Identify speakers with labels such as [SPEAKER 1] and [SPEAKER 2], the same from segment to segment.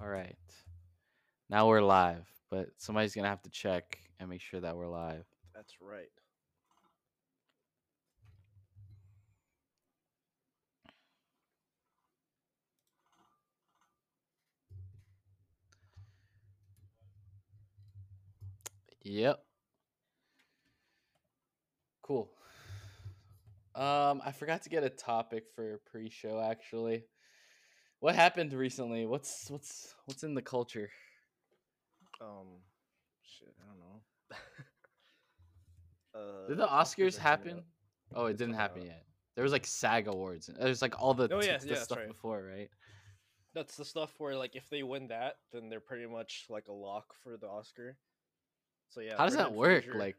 [SPEAKER 1] All right. Now we're live, but somebody's going to have to check and make sure that we're live.
[SPEAKER 2] That's right.
[SPEAKER 1] Yep. Cool. Um, I forgot to get a topic for pre-show actually. What happened recently? What's what's what's in the culture?
[SPEAKER 2] Um, shit, I don't know. uh,
[SPEAKER 1] Did the
[SPEAKER 2] fuck did I
[SPEAKER 1] Oscars
[SPEAKER 2] bring
[SPEAKER 1] happen?
[SPEAKER 2] up?
[SPEAKER 1] Oh, it
[SPEAKER 2] It's
[SPEAKER 1] didn't
[SPEAKER 2] not
[SPEAKER 1] happen
[SPEAKER 2] out.
[SPEAKER 1] yet. There was like SAG awards. and There's like all the,
[SPEAKER 3] Oh,
[SPEAKER 1] t-
[SPEAKER 3] yeah,
[SPEAKER 1] the
[SPEAKER 3] yeah, that's
[SPEAKER 1] stuff
[SPEAKER 3] right.
[SPEAKER 1] before, right?
[SPEAKER 3] That's the stuff where like if they win that, then they're pretty much like a lock for the Oscar. So yeah.
[SPEAKER 1] How does that work? Like,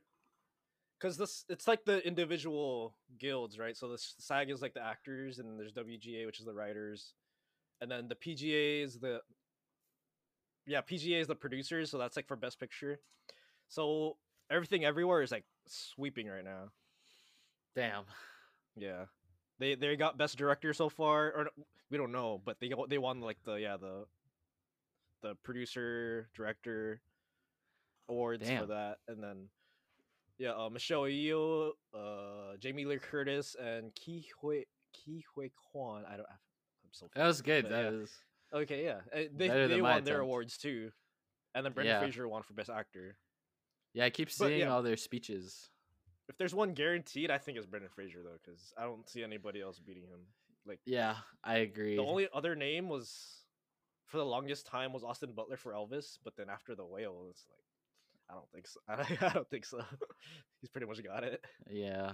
[SPEAKER 3] because this it's like the individual guilds, right? So the s- SAG is like the actors, and there's WGA, which is the writers, and then the PGA is the yeah PGA is the producers. So that's like for Best Picture. So everything everywhere is like sweeping right now.
[SPEAKER 1] damn.
[SPEAKER 3] Yeah, they they got best director so far, or n- we don't know, but they got- they won like the yeah the the producer director awards
[SPEAKER 1] Damn.
[SPEAKER 3] for that, and then yeah uh, Michelle Yeoh, uh, Jamie Lee Curtis, and Ki Hui Ki Hui Kwan. I don't. I'm so
[SPEAKER 1] That was good.
[SPEAKER 3] But
[SPEAKER 1] That
[SPEAKER 3] yeah.
[SPEAKER 1] was
[SPEAKER 3] okay. Yeah, uh, they
[SPEAKER 1] Better than
[SPEAKER 3] they
[SPEAKER 1] my
[SPEAKER 3] won their
[SPEAKER 1] attempt.
[SPEAKER 3] awards too, and then Brendan
[SPEAKER 1] Yeah.
[SPEAKER 3] Fraser won for best actor.
[SPEAKER 1] Yeah, I keep
[SPEAKER 3] But,
[SPEAKER 1] seeing
[SPEAKER 3] yeah.
[SPEAKER 1] all their speeches.
[SPEAKER 3] If there's one guaranteed, I think it's Brendan Fraser though, because I don't see anybody else beating him. Like.
[SPEAKER 1] Yeah, I agree.
[SPEAKER 3] The only other name was for the longest time was Austin Butler for Elvis, but then after the whale, it's like I don't think so. I, don't think so. He's pretty much got it.
[SPEAKER 1] Yeah.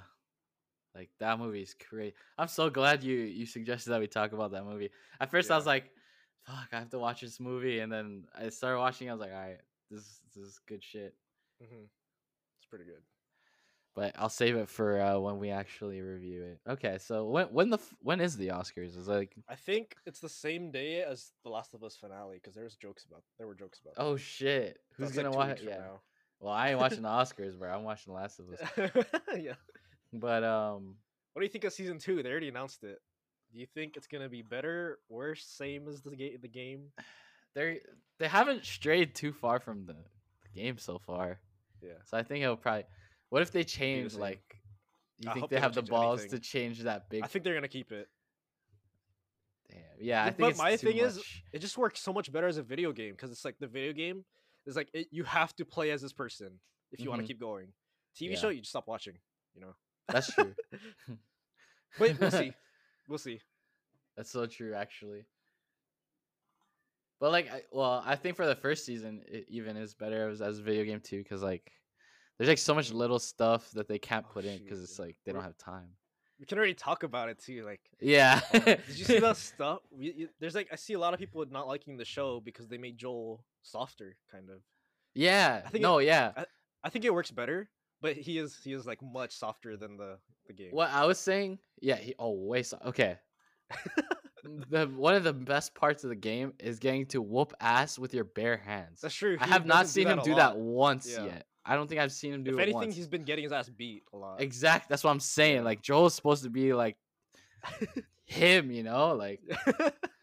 [SPEAKER 1] Like that movie's great. I'm so glad you you suggested that we talk about that movie. At first I was
[SPEAKER 3] Yeah.
[SPEAKER 1] like, fuck, I have to watch this movie and then I started watching I was like, all right, this this is good shit. Mm-hmm.
[SPEAKER 3] hmm It's pretty good.
[SPEAKER 1] But I'll save it for uh, when we actually review it. Okay, so when when the f- when is the Oscars? Is like
[SPEAKER 3] I think it's the same day as The Last of Us finale because there was jokes about there were jokes about. that.
[SPEAKER 1] oh shit,
[SPEAKER 3] So
[SPEAKER 1] who's
[SPEAKER 3] it's, like,
[SPEAKER 1] gonna
[SPEAKER 3] two
[SPEAKER 1] watch?
[SPEAKER 3] weeks
[SPEAKER 1] it?
[SPEAKER 3] from
[SPEAKER 1] Yeah, well I ain't watching the Oscars, bro. I'm watching Last of Us.
[SPEAKER 3] now. yeah.
[SPEAKER 1] But um,
[SPEAKER 3] What do you think of season two? They already announced it. Do you think it's gonna be better, worse, same as the ga- the game?
[SPEAKER 1] they they haven't strayed too far from the, the game so far.
[SPEAKER 3] Yeah.
[SPEAKER 1] So I think it'll probably. What if they change
[SPEAKER 3] same.
[SPEAKER 1] like? You
[SPEAKER 3] I
[SPEAKER 1] think
[SPEAKER 3] hope
[SPEAKER 1] they,
[SPEAKER 3] they
[SPEAKER 1] have
[SPEAKER 3] don't
[SPEAKER 1] the
[SPEAKER 3] change
[SPEAKER 1] balls
[SPEAKER 3] anything.
[SPEAKER 1] to change that big?
[SPEAKER 3] I think they're gonna keep it.
[SPEAKER 1] Damn. Yeah, I
[SPEAKER 3] Yeah,
[SPEAKER 1] think.
[SPEAKER 3] but
[SPEAKER 1] it's
[SPEAKER 3] my
[SPEAKER 1] too
[SPEAKER 3] thing is,
[SPEAKER 1] much.
[SPEAKER 3] it just works so much better as a video game because it's like the video game is like it, you have to play as this person if you want
[SPEAKER 1] Mhm.
[SPEAKER 3] to keep going. TV
[SPEAKER 1] Yeah.
[SPEAKER 3] show, you just stop watching. You know,
[SPEAKER 1] that's true.
[SPEAKER 3] but we'll see. We'll see.
[SPEAKER 1] That's so true, actually. But like, I, well, I think for the first season, it even is better as, as a video game too, because like, there's like so much little stuff that they can't
[SPEAKER 3] Oh,
[SPEAKER 1] put in
[SPEAKER 3] shoot,
[SPEAKER 1] because it's
[SPEAKER 3] yeah.
[SPEAKER 1] like they don't
[SPEAKER 3] Re-
[SPEAKER 1] have time.
[SPEAKER 3] We can already talk about it too. Like,
[SPEAKER 1] Yeah.
[SPEAKER 3] did you see that stuff? We, you- there's like I see a lot of people not liking the show because they made Joel softer, kind of.
[SPEAKER 1] yeah.
[SPEAKER 3] I think it-
[SPEAKER 1] no. yeah.
[SPEAKER 3] I think it works better, but he is he is like much softer than the the game.
[SPEAKER 1] What I was saying, yeah, he, oh wait, so, okay. the one of the best parts of the game is getting to whoop ass with your bare hands.
[SPEAKER 3] That's true.
[SPEAKER 1] I
[SPEAKER 3] he
[SPEAKER 1] have not
[SPEAKER 3] doesn't
[SPEAKER 1] seen him
[SPEAKER 3] a
[SPEAKER 1] do
[SPEAKER 3] lot.
[SPEAKER 1] that once
[SPEAKER 3] Yeah.
[SPEAKER 1] yet. I don't think I've seen him do
[SPEAKER 3] If
[SPEAKER 1] it
[SPEAKER 3] anything,
[SPEAKER 1] once.
[SPEAKER 3] he's been getting his ass beat a lot.
[SPEAKER 1] Exact. That's what I'm saying. Like Joel's supposed to be like him, you know, like.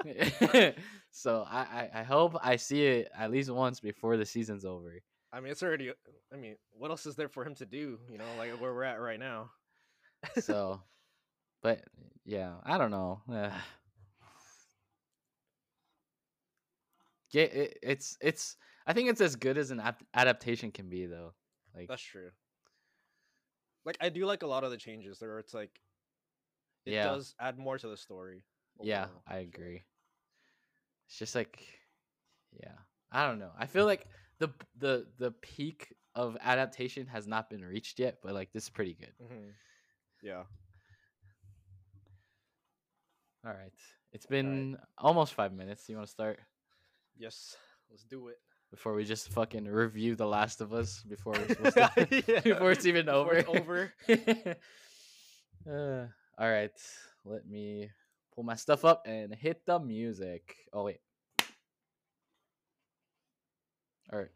[SPEAKER 1] so I, I I hope I see it at least once before the season's over.
[SPEAKER 3] I mean, it's already. I mean, what else is there for him to do? You know, like where we're at right now.
[SPEAKER 1] So, but yeah, I don't know. Uh, Ugh. Get it, it's it's. I think it's as good as an ap- adaptation can be, though. Like
[SPEAKER 3] That's true. Like I do like a lot of the changes. There, where it's like it
[SPEAKER 1] Yeah.
[SPEAKER 3] does add more to the story.
[SPEAKER 1] Yeah,
[SPEAKER 3] overall,
[SPEAKER 1] I
[SPEAKER 3] feel like.
[SPEAKER 1] agree. It's just like, yeah, I don't know. I feel like the p- the the peak of adaptation has not been reached yet, but like this is pretty good.
[SPEAKER 3] Mhm. Yeah,
[SPEAKER 1] All right, it's been almost five minutes. You want to start
[SPEAKER 3] yes, let's do it.
[SPEAKER 1] before we just fucking review The Last of Us before we're supposed to,
[SPEAKER 3] Yeah.
[SPEAKER 1] before it's even
[SPEAKER 3] Before it's
[SPEAKER 1] over. over. uh, all right, let me pull my stuff up and hit the music. Oh wait. All right.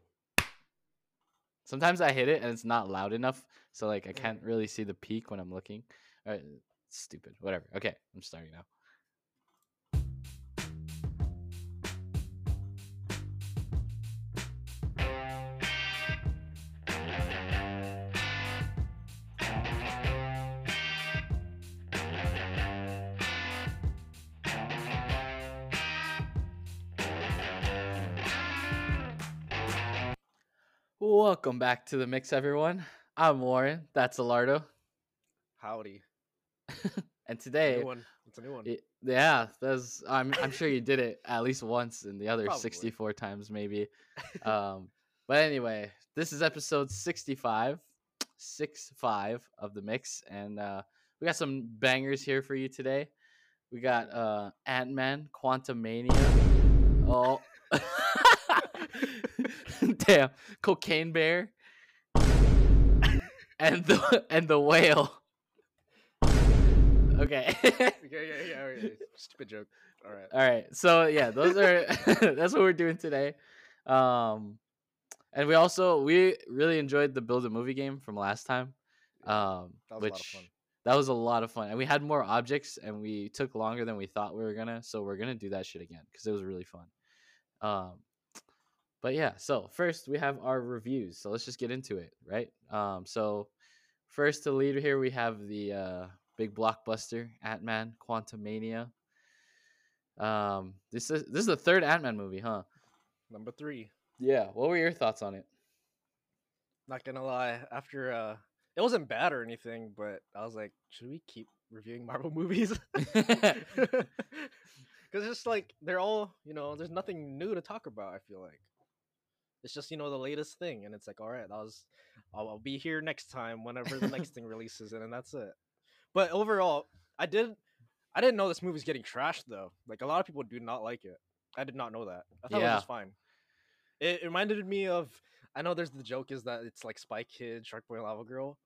[SPEAKER 1] Sometimes I hit it and it's not loud enough, so like I
[SPEAKER 3] Mm.
[SPEAKER 1] can't really see the peak when I'm looking. All right, stupid. Whatever. Okay, I'm starting now. Welcome back to the mix, everyone. I'm Warren. That's Alardo.
[SPEAKER 2] Howdy.
[SPEAKER 1] And
[SPEAKER 3] It's a
[SPEAKER 1] today,
[SPEAKER 3] new one. It's a new one.
[SPEAKER 1] y- yeah, that's I'm I'm sure you did it at least once and the other
[SPEAKER 2] Probably.
[SPEAKER 1] 64 times maybe. Um, but anyway, this is episode 65, six five of the mix, and uh, we got some bangers here for you today. We got uh, Ant Man, Quantum Mania. Oh, damn, Cocaine Bear, and the and the whale. Okay.
[SPEAKER 2] Yeah, yeah, yeah. okay, Stupid joke. All right.
[SPEAKER 1] All right. So yeah, those are that's what we're doing today. Um and we also we really enjoyed the build a movie game from last time. Um
[SPEAKER 2] That was a lot of
[SPEAKER 1] which
[SPEAKER 2] fun.
[SPEAKER 1] that was a lot of fun. And we had more objects and we took longer than we thought we were going to, so we're going to do that shit again cuz it was really fun. Um but yeah, so first we have our reviews. So let's just get into it, right? Um so first to lead here we have the uh big blockbuster Ant-Man Quantumania. Um, this is this is the third Ant Man movie, huh?
[SPEAKER 3] Number three.
[SPEAKER 1] Yeah. What were your thoughts on it?
[SPEAKER 3] Not gonna lie. After uh, it wasn't bad or anything, but I was like, should we keep reviewing Marvel movies? Because it's like they're all, you know, there's nothing new to talk about. I feel like it's just you know the latest thing, and it's like, all right, that was, I'll, I'll be here next time whenever the next thing releases, and then that's it. But overall, I did, I didn't know this movie's getting trashed though. Like a lot of people do not like it. I did not know that. I thought it
[SPEAKER 1] Yeah.
[SPEAKER 3] was just fine. It it reminded me of. I know there's the joke is that it's like Spy Kid, Shark Boy, Lava Girl.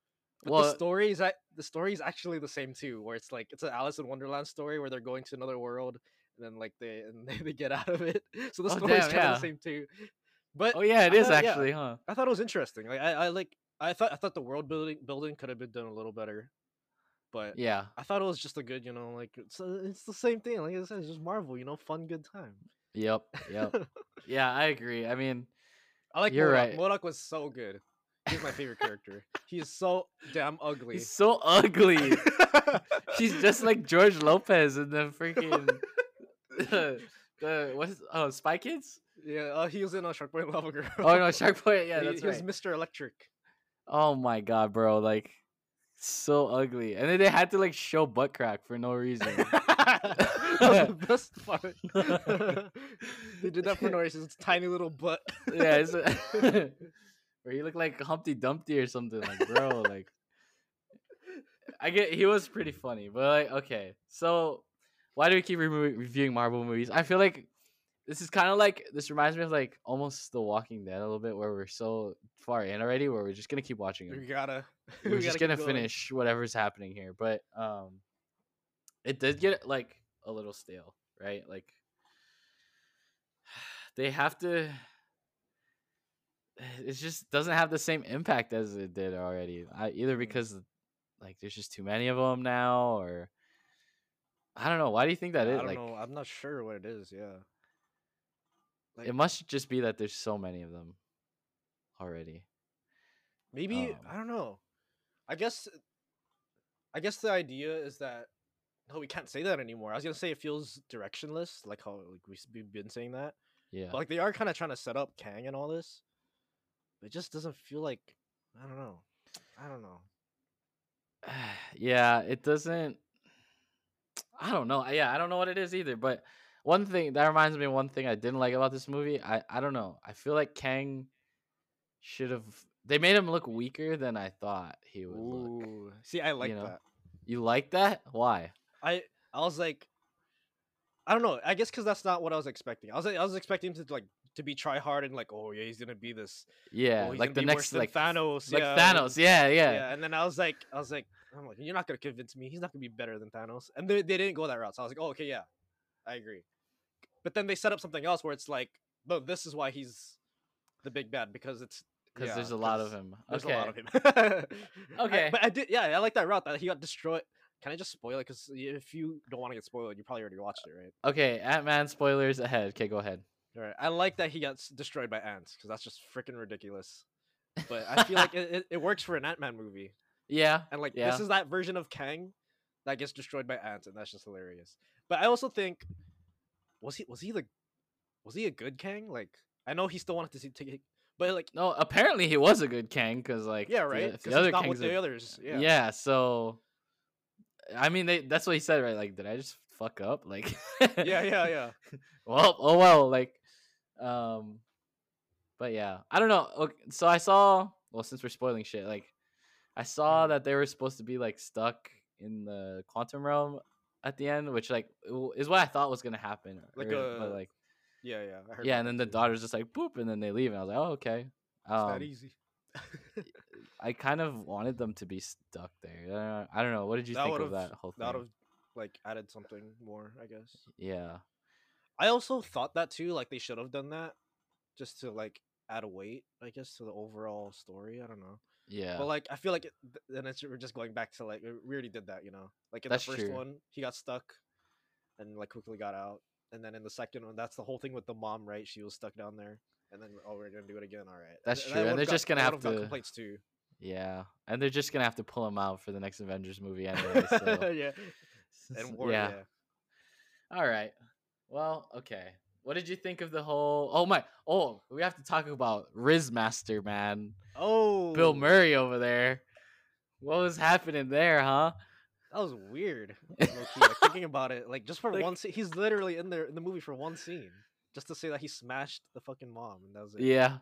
[SPEAKER 3] But the
[SPEAKER 1] Well-
[SPEAKER 3] story is act- the story is actually the same too, where it's like it's an Alice in Wonderland story where they're going to another world and then like they and they, they get out of it. So the
[SPEAKER 1] Oh,
[SPEAKER 3] story is
[SPEAKER 1] damn,
[SPEAKER 3] kind of
[SPEAKER 1] yeah.
[SPEAKER 3] the same too. But
[SPEAKER 1] Oh yeah, it
[SPEAKER 3] I
[SPEAKER 1] is
[SPEAKER 3] thought- yeah.
[SPEAKER 1] actually, huh?
[SPEAKER 3] I thought it was interesting. Like I, I like I thought I thought the world building building could have been done a little better, but
[SPEAKER 1] Yeah.
[SPEAKER 3] I thought it was just a good you know like it's uh, it's the same thing. Like I said, it's just Marvel, you know, fun good time.
[SPEAKER 1] Yep. Yep. yeah, I agree. I mean,
[SPEAKER 3] I like
[SPEAKER 1] You're
[SPEAKER 3] Modok.
[SPEAKER 1] right.
[SPEAKER 3] Modok was so good. He's my favorite character. He is so damn ugly.
[SPEAKER 1] he's so ugly. She's just like George Lopez in the freaking the, the what's oh Spy Kids?
[SPEAKER 3] yeah, uh, he was in a Shark Boy and Lava Girl.
[SPEAKER 1] Oh no, Shark Boy. Yeah,
[SPEAKER 3] he,
[SPEAKER 1] that's
[SPEAKER 3] he
[SPEAKER 1] right.
[SPEAKER 3] was Mr. Electric.
[SPEAKER 1] Oh my god, bro! Like so ugly, and then they had to like show butt crack for no reason.
[SPEAKER 3] that was the best part. they did that for no reason. It's tiny little butt.
[SPEAKER 1] yeah, it's a- or he looked like Humpty Dumpty or something. Like, bro, like I get he was pretty funny, but like, okay, so why do we keep remo- reviewing Marvel movies? I feel like this is kind of like this reminds me of like almost The Walking Dead a little bit, where we're so far in already, where we're just gonna keep watching
[SPEAKER 3] we
[SPEAKER 1] them.
[SPEAKER 3] gotta. we
[SPEAKER 1] We're just
[SPEAKER 3] gotta keep
[SPEAKER 1] gonna
[SPEAKER 3] going.
[SPEAKER 1] finish whatever's happening here, but um, it did get like a little stale, right? Like they have to it just doesn't have the same impact as it did already I, either
[SPEAKER 3] Mm.
[SPEAKER 1] because like there's just too many of them now or i don't know why do you think that
[SPEAKER 3] I
[SPEAKER 1] is
[SPEAKER 3] don't
[SPEAKER 1] like
[SPEAKER 3] know. I'm not sure what it is. Yeah.
[SPEAKER 1] it must just be that there's so many of them already
[SPEAKER 3] Maybe
[SPEAKER 1] Um,
[SPEAKER 3] I don't know. I guess I guess the idea is that no, we can't say that anymore. I was gonna say it feels directionless, like how like we've s- we've been saying that.
[SPEAKER 1] yeah
[SPEAKER 3] But like they are kind of trying to set up Kang and all this. But it just doesn't feel like I don't know. I don't know.
[SPEAKER 1] yeah it doesn't i don't know yeah i don't know what it is either but one thing that reminds me of one thing i didn't like about this movie i i don't know i feel like kang should have they made him look weaker than i thought he would look
[SPEAKER 3] Ooh, see, I like
[SPEAKER 1] know?
[SPEAKER 3] that.
[SPEAKER 1] You like that? Why?
[SPEAKER 3] I I was like, I don't know. I guess because that's not what I was expecting. I was I was expecting him to like to be try hard and like, oh yeah, he's gonna be this.
[SPEAKER 1] Yeah,
[SPEAKER 3] oh, he's
[SPEAKER 1] like
[SPEAKER 3] gonna
[SPEAKER 1] the
[SPEAKER 3] be worse
[SPEAKER 1] next
[SPEAKER 3] than
[SPEAKER 1] like
[SPEAKER 3] Thanos,
[SPEAKER 1] like
[SPEAKER 3] yeah, and-
[SPEAKER 1] Thanos. Yeah, yeah,
[SPEAKER 3] yeah. And then I was like, I was like, I'm like, you're not gonna convince me. He's not gonna be better than Thanos. And they, they didn't go that route. So I was like, oh, okay, yeah, I agree. But then they set up something else where it's like, no, this is why he's the big bad because it's
[SPEAKER 1] because
[SPEAKER 3] yeah,
[SPEAKER 1] there's a lot of
[SPEAKER 3] 'cause
[SPEAKER 1] him.
[SPEAKER 3] There's
[SPEAKER 1] okay.
[SPEAKER 3] a lot of him. I-
[SPEAKER 1] Okay.
[SPEAKER 3] but I did, yeah, I like that route that he got destroyed. Can I just spoil it? Because if you don't want to get spoiled, you probably already watched it, right?
[SPEAKER 1] Okay, Ant Man spoilers ahead. Okay, go ahead.
[SPEAKER 3] All right. I like that he got s- destroyed by ants because that's just freaking ridiculous. But I feel like it, it, it works for an Ant Man movie.
[SPEAKER 1] Yeah.
[SPEAKER 3] And like
[SPEAKER 1] Yeah.
[SPEAKER 3] this is that version of Kang that gets destroyed by ants, and that's just hilarious. But I also think was he was he the was he a good Kang? Like I know he still wanted to see, take But like,
[SPEAKER 1] No, apparently he was a good Kang because like
[SPEAKER 3] yeah,
[SPEAKER 1] the-
[SPEAKER 3] right?
[SPEAKER 1] if
[SPEAKER 3] Because
[SPEAKER 1] the other
[SPEAKER 3] he's not with
[SPEAKER 1] Kangs
[SPEAKER 3] the
[SPEAKER 1] are-
[SPEAKER 3] others.
[SPEAKER 1] yeah.
[SPEAKER 3] Yeah.
[SPEAKER 1] so I mean they that's what he said right like did I just fuck up like
[SPEAKER 3] yeah, yeah, yeah.
[SPEAKER 1] well oh well like um but yeah I don't know okay, so I saw well since we're spoiling shit like I saw
[SPEAKER 3] Mm.
[SPEAKER 1] that they were supposed to be like stuck in the quantum realm at the end which like w- is what I thought was gonna happen
[SPEAKER 3] Like
[SPEAKER 1] or- but,
[SPEAKER 3] a-
[SPEAKER 1] like
[SPEAKER 3] Yeah, yeah. I heard
[SPEAKER 1] yeah
[SPEAKER 3] about
[SPEAKER 1] and then
[SPEAKER 3] that
[SPEAKER 1] the
[SPEAKER 3] too.
[SPEAKER 1] daughter's just like boop and then they leave and I was like oh okay
[SPEAKER 3] It's
[SPEAKER 1] um,
[SPEAKER 3] that easy.
[SPEAKER 1] I kind of wanted them to be stuck there. I don't- I don't know. What did you think of
[SPEAKER 3] would've-
[SPEAKER 1] that whole thing?
[SPEAKER 3] That would have like added something more, I guess.
[SPEAKER 1] yeah,
[SPEAKER 3] I also thought that too. Like they should have done that just to like add a weight, I guess, to the overall story. I don't know.
[SPEAKER 1] yeah,
[SPEAKER 3] But like, I feel like it, th- then it's we're just going back to like we we already did that, you know. Like in
[SPEAKER 1] That's
[SPEAKER 3] the first
[SPEAKER 1] true.
[SPEAKER 3] one, he got stuck, and like quickly got out, and then in the second one, that's the whole thing with the mom, right? She was stuck down there, and then oh, we're gonna do it again. All right,
[SPEAKER 1] That's
[SPEAKER 3] th-
[SPEAKER 1] true, and
[SPEAKER 3] would've
[SPEAKER 1] they're
[SPEAKER 3] got-
[SPEAKER 1] just gonna
[SPEAKER 3] I
[SPEAKER 1] have
[SPEAKER 3] would've got
[SPEAKER 1] to-
[SPEAKER 3] complaints too.
[SPEAKER 1] yeah. And they're just gonna have to pull him out for the next Avengers movie anyway. So.
[SPEAKER 3] yeah,
[SPEAKER 1] s-
[SPEAKER 3] and war,
[SPEAKER 1] yeah.
[SPEAKER 3] yeah.
[SPEAKER 1] All right. Well, okay. What did you think of the whole? Oh my! Oh, we have to talk about Riz Master man,
[SPEAKER 3] Oh,
[SPEAKER 1] Bill Murray over there. What was happening there, huh?
[SPEAKER 3] That was weird. low-key, like, thinking about it, like just for
[SPEAKER 1] Like-
[SPEAKER 3] one scene, he's literally in there in the movie for one scene, just to say that he smashed the fucking mom, and that was it.
[SPEAKER 1] Yeah.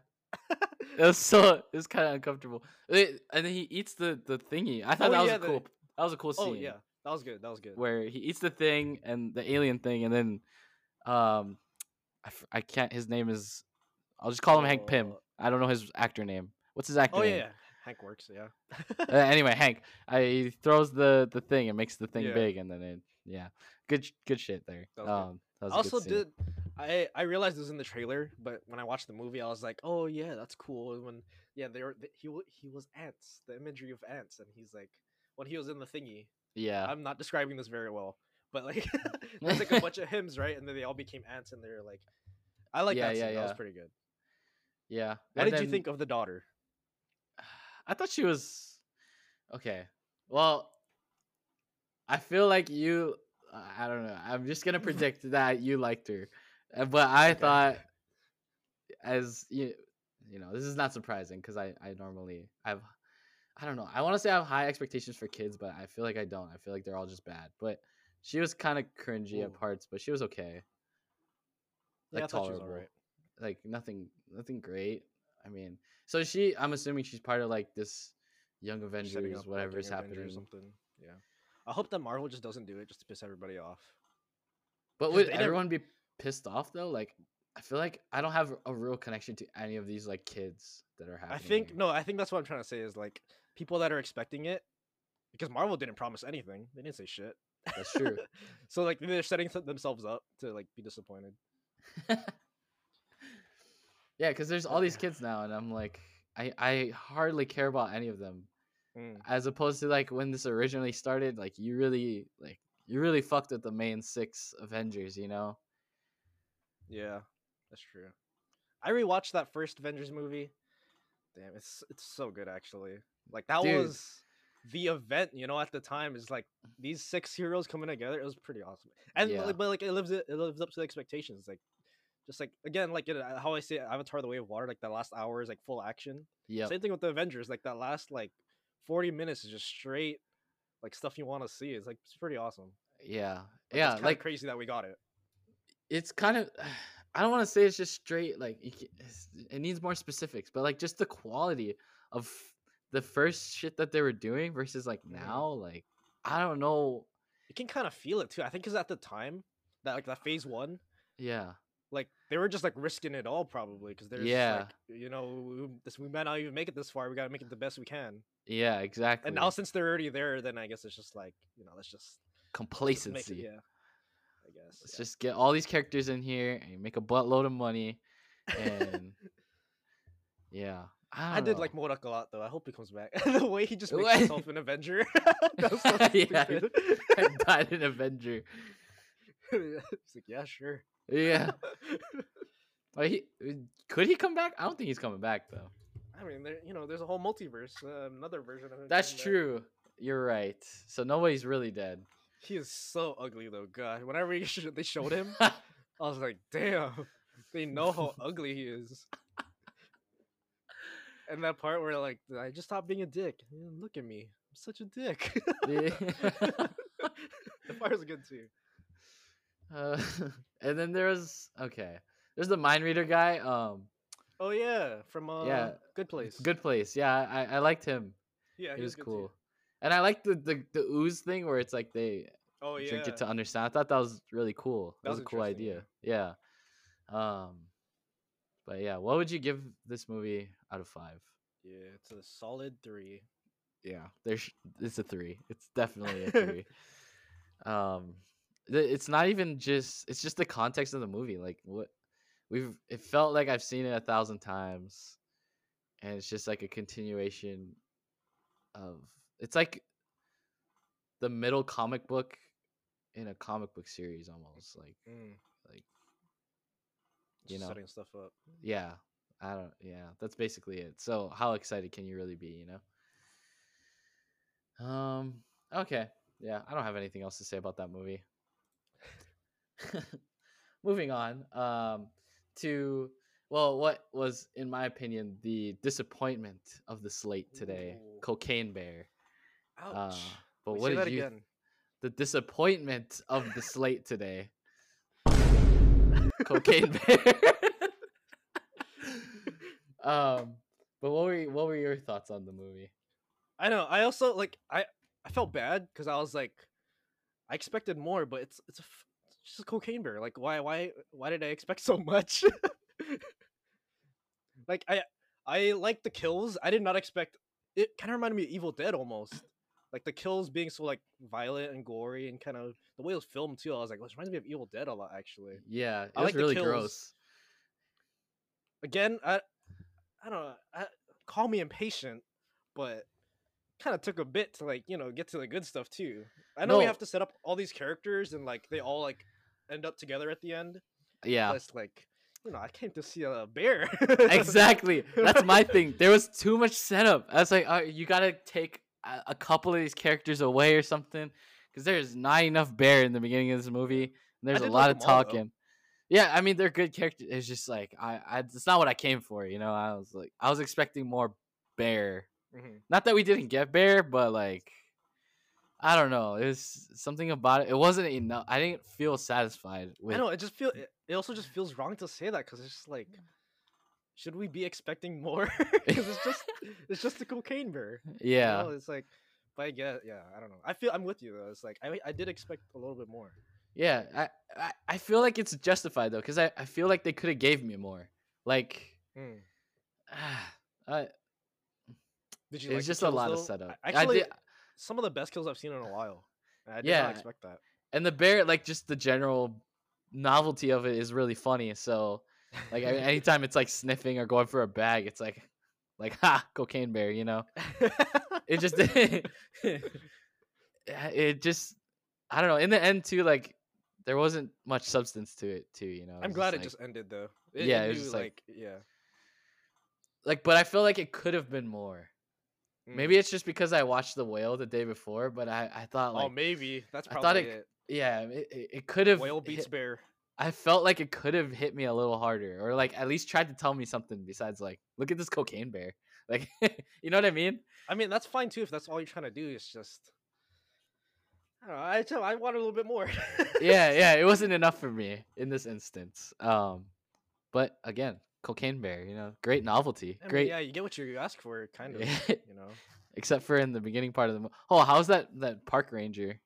[SPEAKER 1] It was so it was kind of uncomfortable. It- and then he eats the the thingy. I thought
[SPEAKER 3] Oh,
[SPEAKER 1] that was
[SPEAKER 3] yeah,
[SPEAKER 1] a
[SPEAKER 3] the-
[SPEAKER 1] cool. That was a cool scene.
[SPEAKER 3] oh yeah, that was good. That was good.
[SPEAKER 1] where he eats the thing and the alien thing, and then um, I, f- I can't. His name is. I'll just call him Hank Pym.
[SPEAKER 3] Uh,
[SPEAKER 1] I don't know his actor name. What's his actor
[SPEAKER 3] Oh
[SPEAKER 1] name?
[SPEAKER 3] yeah, Hank works. Yeah.
[SPEAKER 1] Uh, anyway, Hank. I, he throws the the thing and makes the thing
[SPEAKER 3] Yeah.
[SPEAKER 1] big, and then it. Yeah, good sh- good shit there.
[SPEAKER 3] That was good.
[SPEAKER 1] um, that was
[SPEAKER 3] I
[SPEAKER 1] a good
[SPEAKER 3] also
[SPEAKER 1] scene.
[SPEAKER 3] did. I I realized it was in the trailer, but when I watched the movie, I was like, "Oh yeah, that's cool." And when yeah, they were th- he wa- he was ants, the imagery of ants, and he's like when he was in the thingy.
[SPEAKER 1] Yeah,
[SPEAKER 3] I'm not describing this very well, but like there's like a bunch of hymns, right? And then they all became ants, and they're like, I like
[SPEAKER 1] Yeah,
[SPEAKER 3] that.
[SPEAKER 1] yeah,
[SPEAKER 3] scene. That
[SPEAKER 1] yeah.
[SPEAKER 3] was pretty good.
[SPEAKER 1] yeah.
[SPEAKER 3] What
[SPEAKER 1] and
[SPEAKER 3] did you
[SPEAKER 1] then-
[SPEAKER 3] think of the daughter?
[SPEAKER 1] I thought she was okay. Well, I feel like you. I- I don't know. I'm just gonna predict that you liked her, Uh, but I
[SPEAKER 3] Okay.
[SPEAKER 1] thought, as you, you know, this is not surprising because I I normally I've I don't know. I want to say I have high expectations for kids, but I feel like I don't. I feel like they're all just bad. But she was kind of cringy at
[SPEAKER 3] Ooh.
[SPEAKER 1] parts, but she was okay.
[SPEAKER 3] Yeah,
[SPEAKER 1] Like
[SPEAKER 3] I thought she was
[SPEAKER 1] tolerable.
[SPEAKER 3] alright.
[SPEAKER 1] Like nothing, nothing great. I mean, so she. I'm assuming she's part of like this Young
[SPEAKER 3] She's setting
[SPEAKER 1] Avengers,
[SPEAKER 3] up, like,
[SPEAKER 1] whatever
[SPEAKER 3] an
[SPEAKER 1] is
[SPEAKER 3] Avenger
[SPEAKER 1] happening.
[SPEAKER 3] or something. Yeah, I hope that Marvel just doesn't do it just to piss everybody off.
[SPEAKER 1] But
[SPEAKER 3] 'Cause
[SPEAKER 1] would
[SPEAKER 3] they never-
[SPEAKER 1] everyone be pissed off though? Like, I feel like I don't have a real connection to any of these like kids that are happening.
[SPEAKER 3] I think
[SPEAKER 1] here.
[SPEAKER 3] no, I think that's what I'm trying to say is like people that are expecting it because Marvel didn't promise anything. They didn't say shit.
[SPEAKER 1] That's true.
[SPEAKER 3] so like they're setting th- themselves up to like be disappointed.
[SPEAKER 1] yeah, because there's all
[SPEAKER 3] But-
[SPEAKER 1] these kids now, and I'm like, I I hardly care about any of them.
[SPEAKER 3] Mm.
[SPEAKER 1] As opposed to like when this originally started, like you really like you really fucked with the main six Avengers, you know?
[SPEAKER 3] Yeah, that's true. I rewatched that first Avengers movie. Damn, it's it's so good actually. Like that
[SPEAKER 1] Dude.
[SPEAKER 3] was the event, you know, at the time is like these six heroes coming together. It was pretty awesome, and
[SPEAKER 1] Yeah.
[SPEAKER 3] like, but like it lives it lives up to the expectations. Like just like again, like you know, how I say Avatar: The Way of Water, like the last hour is like full action.
[SPEAKER 1] Yep.
[SPEAKER 3] Same thing with the Avengers. Like that last like forty minutes is just straight like stuff you want to see. It's like it's pretty awesome.
[SPEAKER 1] Yeah.
[SPEAKER 3] Like,
[SPEAKER 1] Yeah.
[SPEAKER 3] it's kinda
[SPEAKER 1] Like
[SPEAKER 3] crazy that we got it.
[SPEAKER 1] it's kind of i don't want to say it's just straight like you ca- it's- it needs more specifics but like just the quality of the first shit that they were doing versus like
[SPEAKER 3] Mm-hmm.
[SPEAKER 1] now like i don't know
[SPEAKER 3] you can kind of feel it too. I think because at the time that like that phase one,
[SPEAKER 1] yeah
[SPEAKER 3] like they were just like risking it all probably because they're
[SPEAKER 1] Yeah.
[SPEAKER 3] just like you know we, this we might not even make it this far. We gotta make it the best we can.
[SPEAKER 1] yeah exactly
[SPEAKER 3] And now since they're already there, then I guess it's just like you know let's just, let's just make it.
[SPEAKER 1] complacency
[SPEAKER 3] Yeah, I guess.
[SPEAKER 1] let's
[SPEAKER 3] yeah.
[SPEAKER 1] just get all these characters in here and make a buttload of money and yeah i,
[SPEAKER 3] I
[SPEAKER 1] don't
[SPEAKER 3] did
[SPEAKER 1] know.
[SPEAKER 3] like Modok a lot though. I hope he comes back. the way he just makes
[SPEAKER 1] What?
[SPEAKER 3] himself an Avenger. that was so
[SPEAKER 1] Yeah.
[SPEAKER 3] stupid.
[SPEAKER 1] I died an avenger
[SPEAKER 3] He's like, yeah, sure.
[SPEAKER 1] yeah like he, uh, could he come back i don't think he's coming back though
[SPEAKER 3] I mean, there you know, there's a whole multiverse, uh, another version of him.
[SPEAKER 1] That's
[SPEAKER 3] coming back.
[SPEAKER 1] true. You're right. So nobody's really dead.
[SPEAKER 3] He is so ugly though. God, whenever he sh- they showed him, I was like, damn, they know how ugly he is. and that part where like I just stopped being a dick. Yeah, Look at me, I'm such a dick.
[SPEAKER 1] Yeah.
[SPEAKER 3] the part was good too.
[SPEAKER 1] Uh, and then there's okay. There's the mind reader guy. Um,
[SPEAKER 3] Oh yeah, from uh,
[SPEAKER 1] Yeah,
[SPEAKER 3] good place.
[SPEAKER 1] good place. Yeah, I, I liked him.
[SPEAKER 3] Yeah,
[SPEAKER 1] It
[SPEAKER 3] he
[SPEAKER 1] was
[SPEAKER 3] good too.
[SPEAKER 1] cool. And I liked the, the the ooze thing where it's like they
[SPEAKER 3] Oh yeah,
[SPEAKER 1] drink it to understand. I thought that was really cool. That,
[SPEAKER 3] That
[SPEAKER 1] was,
[SPEAKER 3] was
[SPEAKER 1] a cool
[SPEAKER 3] interesting,
[SPEAKER 1] idea. Yeah. Um, but yeah, what would you give this movie out of five?
[SPEAKER 3] yeah. It's a solid three.
[SPEAKER 1] Yeah, there's it's a three. It's definitely a three. um, the, it's not even just it's just the context of the movie. Like what we've it felt like I've seen it a thousand times, and it's just like a continuation of it's like the middle comic book in a comic book series almost like
[SPEAKER 3] Mm.
[SPEAKER 1] Like,
[SPEAKER 3] Just
[SPEAKER 1] you know.
[SPEAKER 3] setting stuff up.
[SPEAKER 1] yeah i don't yeah that's basically it so how excited can you really be you know um okay yeah i don't have anything else to say about that movie moving on um to well what was in my opinion the disappointment of the slate today
[SPEAKER 3] Ooh.
[SPEAKER 1] cocaine bear
[SPEAKER 3] Ouch.
[SPEAKER 1] uh, but
[SPEAKER 3] Wait,
[SPEAKER 1] what
[SPEAKER 3] say
[SPEAKER 1] did
[SPEAKER 3] that
[SPEAKER 1] you
[SPEAKER 3] again.
[SPEAKER 1] the disappointment of the slate today cocaine bear um but what were what were your thoughts on the movie
[SPEAKER 3] I know. I also like I I felt bad because I was like I expected more, but it's it's, a, f- it's just a cocaine bear. Like why why why did I expect so much? like I I like the kills. I did not expect. It kind of reminded me of Evil Dead almost. Like the kills being so like violent and gory and kind of the way it was filmed too. I was like, well, it reminds me of Evil Dead a lot actually.
[SPEAKER 1] yeah it
[SPEAKER 3] I
[SPEAKER 1] was
[SPEAKER 3] like the
[SPEAKER 1] really
[SPEAKER 3] kills.
[SPEAKER 1] gross
[SPEAKER 3] again, I I don't know. I, call me impatient, but kind of took a bit to like you know get to the good stuff too. I know we
[SPEAKER 1] No.
[SPEAKER 3] have to set up all these characters and like they all like end up together at the end.
[SPEAKER 1] yeah
[SPEAKER 3] But it's like you know I came to see a bear.
[SPEAKER 1] exactly that's my thing there was too much setup i was like uh, you gotta take a, a couple of these characters away or something because there's not enough bear in the beginning of this movie and there's a
[SPEAKER 3] did like
[SPEAKER 1] lot of
[SPEAKER 3] them all, though.
[SPEAKER 1] talking yeah i mean they're good characters it's just like I, I it's not what i came for you know i was like i was expecting more bear
[SPEAKER 3] Mhm.
[SPEAKER 1] not that we didn't get bear but like i don't know it was something about it it wasn't enough i didn't feel satisfied with
[SPEAKER 3] I know it just feel it- it also just feels wrong to say that because it's just like. Should we be expecting more? Because it's just it's just a cocaine bear. you
[SPEAKER 1] yeah
[SPEAKER 3] know? it's like, but I guess yeah, I don't know. I feel I'm with you though. It's like I I did expect a little bit more.
[SPEAKER 1] Yeah, I, I I feel like it's justified though, because I, I feel like they could have gave me more. Like, ah,
[SPEAKER 3] Mm.
[SPEAKER 1] I,
[SPEAKER 3] Did
[SPEAKER 1] it
[SPEAKER 3] you? like
[SPEAKER 1] was
[SPEAKER 3] the
[SPEAKER 1] just a lot of
[SPEAKER 3] kills, though?
[SPEAKER 1] setup. I
[SPEAKER 3] I- Actually,
[SPEAKER 1] did-
[SPEAKER 3] some of the best kills I've seen in a while. and I did
[SPEAKER 1] Yeah.
[SPEAKER 3] not expect that.
[SPEAKER 1] and the bear, like, just the general novelty of it is really funny. So, like, I- anytime it's like sniffing or going for a bag, it's like, like, ha, cocaine bear, you know. It just, it just, I don't know. In the end, too, like, there wasn't much substance to it, too. You know,
[SPEAKER 3] I'm
[SPEAKER 1] was
[SPEAKER 3] glad it
[SPEAKER 1] like-
[SPEAKER 3] just ended though.
[SPEAKER 1] yeah, it
[SPEAKER 3] it
[SPEAKER 1] was
[SPEAKER 3] knew,
[SPEAKER 1] just like-
[SPEAKER 3] like, yeah.
[SPEAKER 1] like, but I feel like it could have been more.
[SPEAKER 3] Mm.
[SPEAKER 1] Maybe it's just because I watched the whale the day before, but I, I thought like
[SPEAKER 3] oh, maybe that's
[SPEAKER 1] I thought
[SPEAKER 3] probably it.
[SPEAKER 1] it yeah, it, it- it could have
[SPEAKER 3] Whale beats
[SPEAKER 1] hit-
[SPEAKER 3] bear.
[SPEAKER 1] I felt like it could have hit me a little harder or like at least tried to tell me something besides like look at this cocaine bear. Like you know what I mean?
[SPEAKER 3] I mean, that's fine too if that's all you're trying to do. It's just. I don't know. I, tell- I want a little bit more.
[SPEAKER 1] Yeah, yeah, it wasn't enough for me in this instance. Um but again, cocaine bear, you know, great novelty.
[SPEAKER 3] I mean,
[SPEAKER 1] great
[SPEAKER 3] yeah, you get what you ask for, kind of. You know.
[SPEAKER 1] except for in the beginning part of the mo- Oh, how's that that park ranger?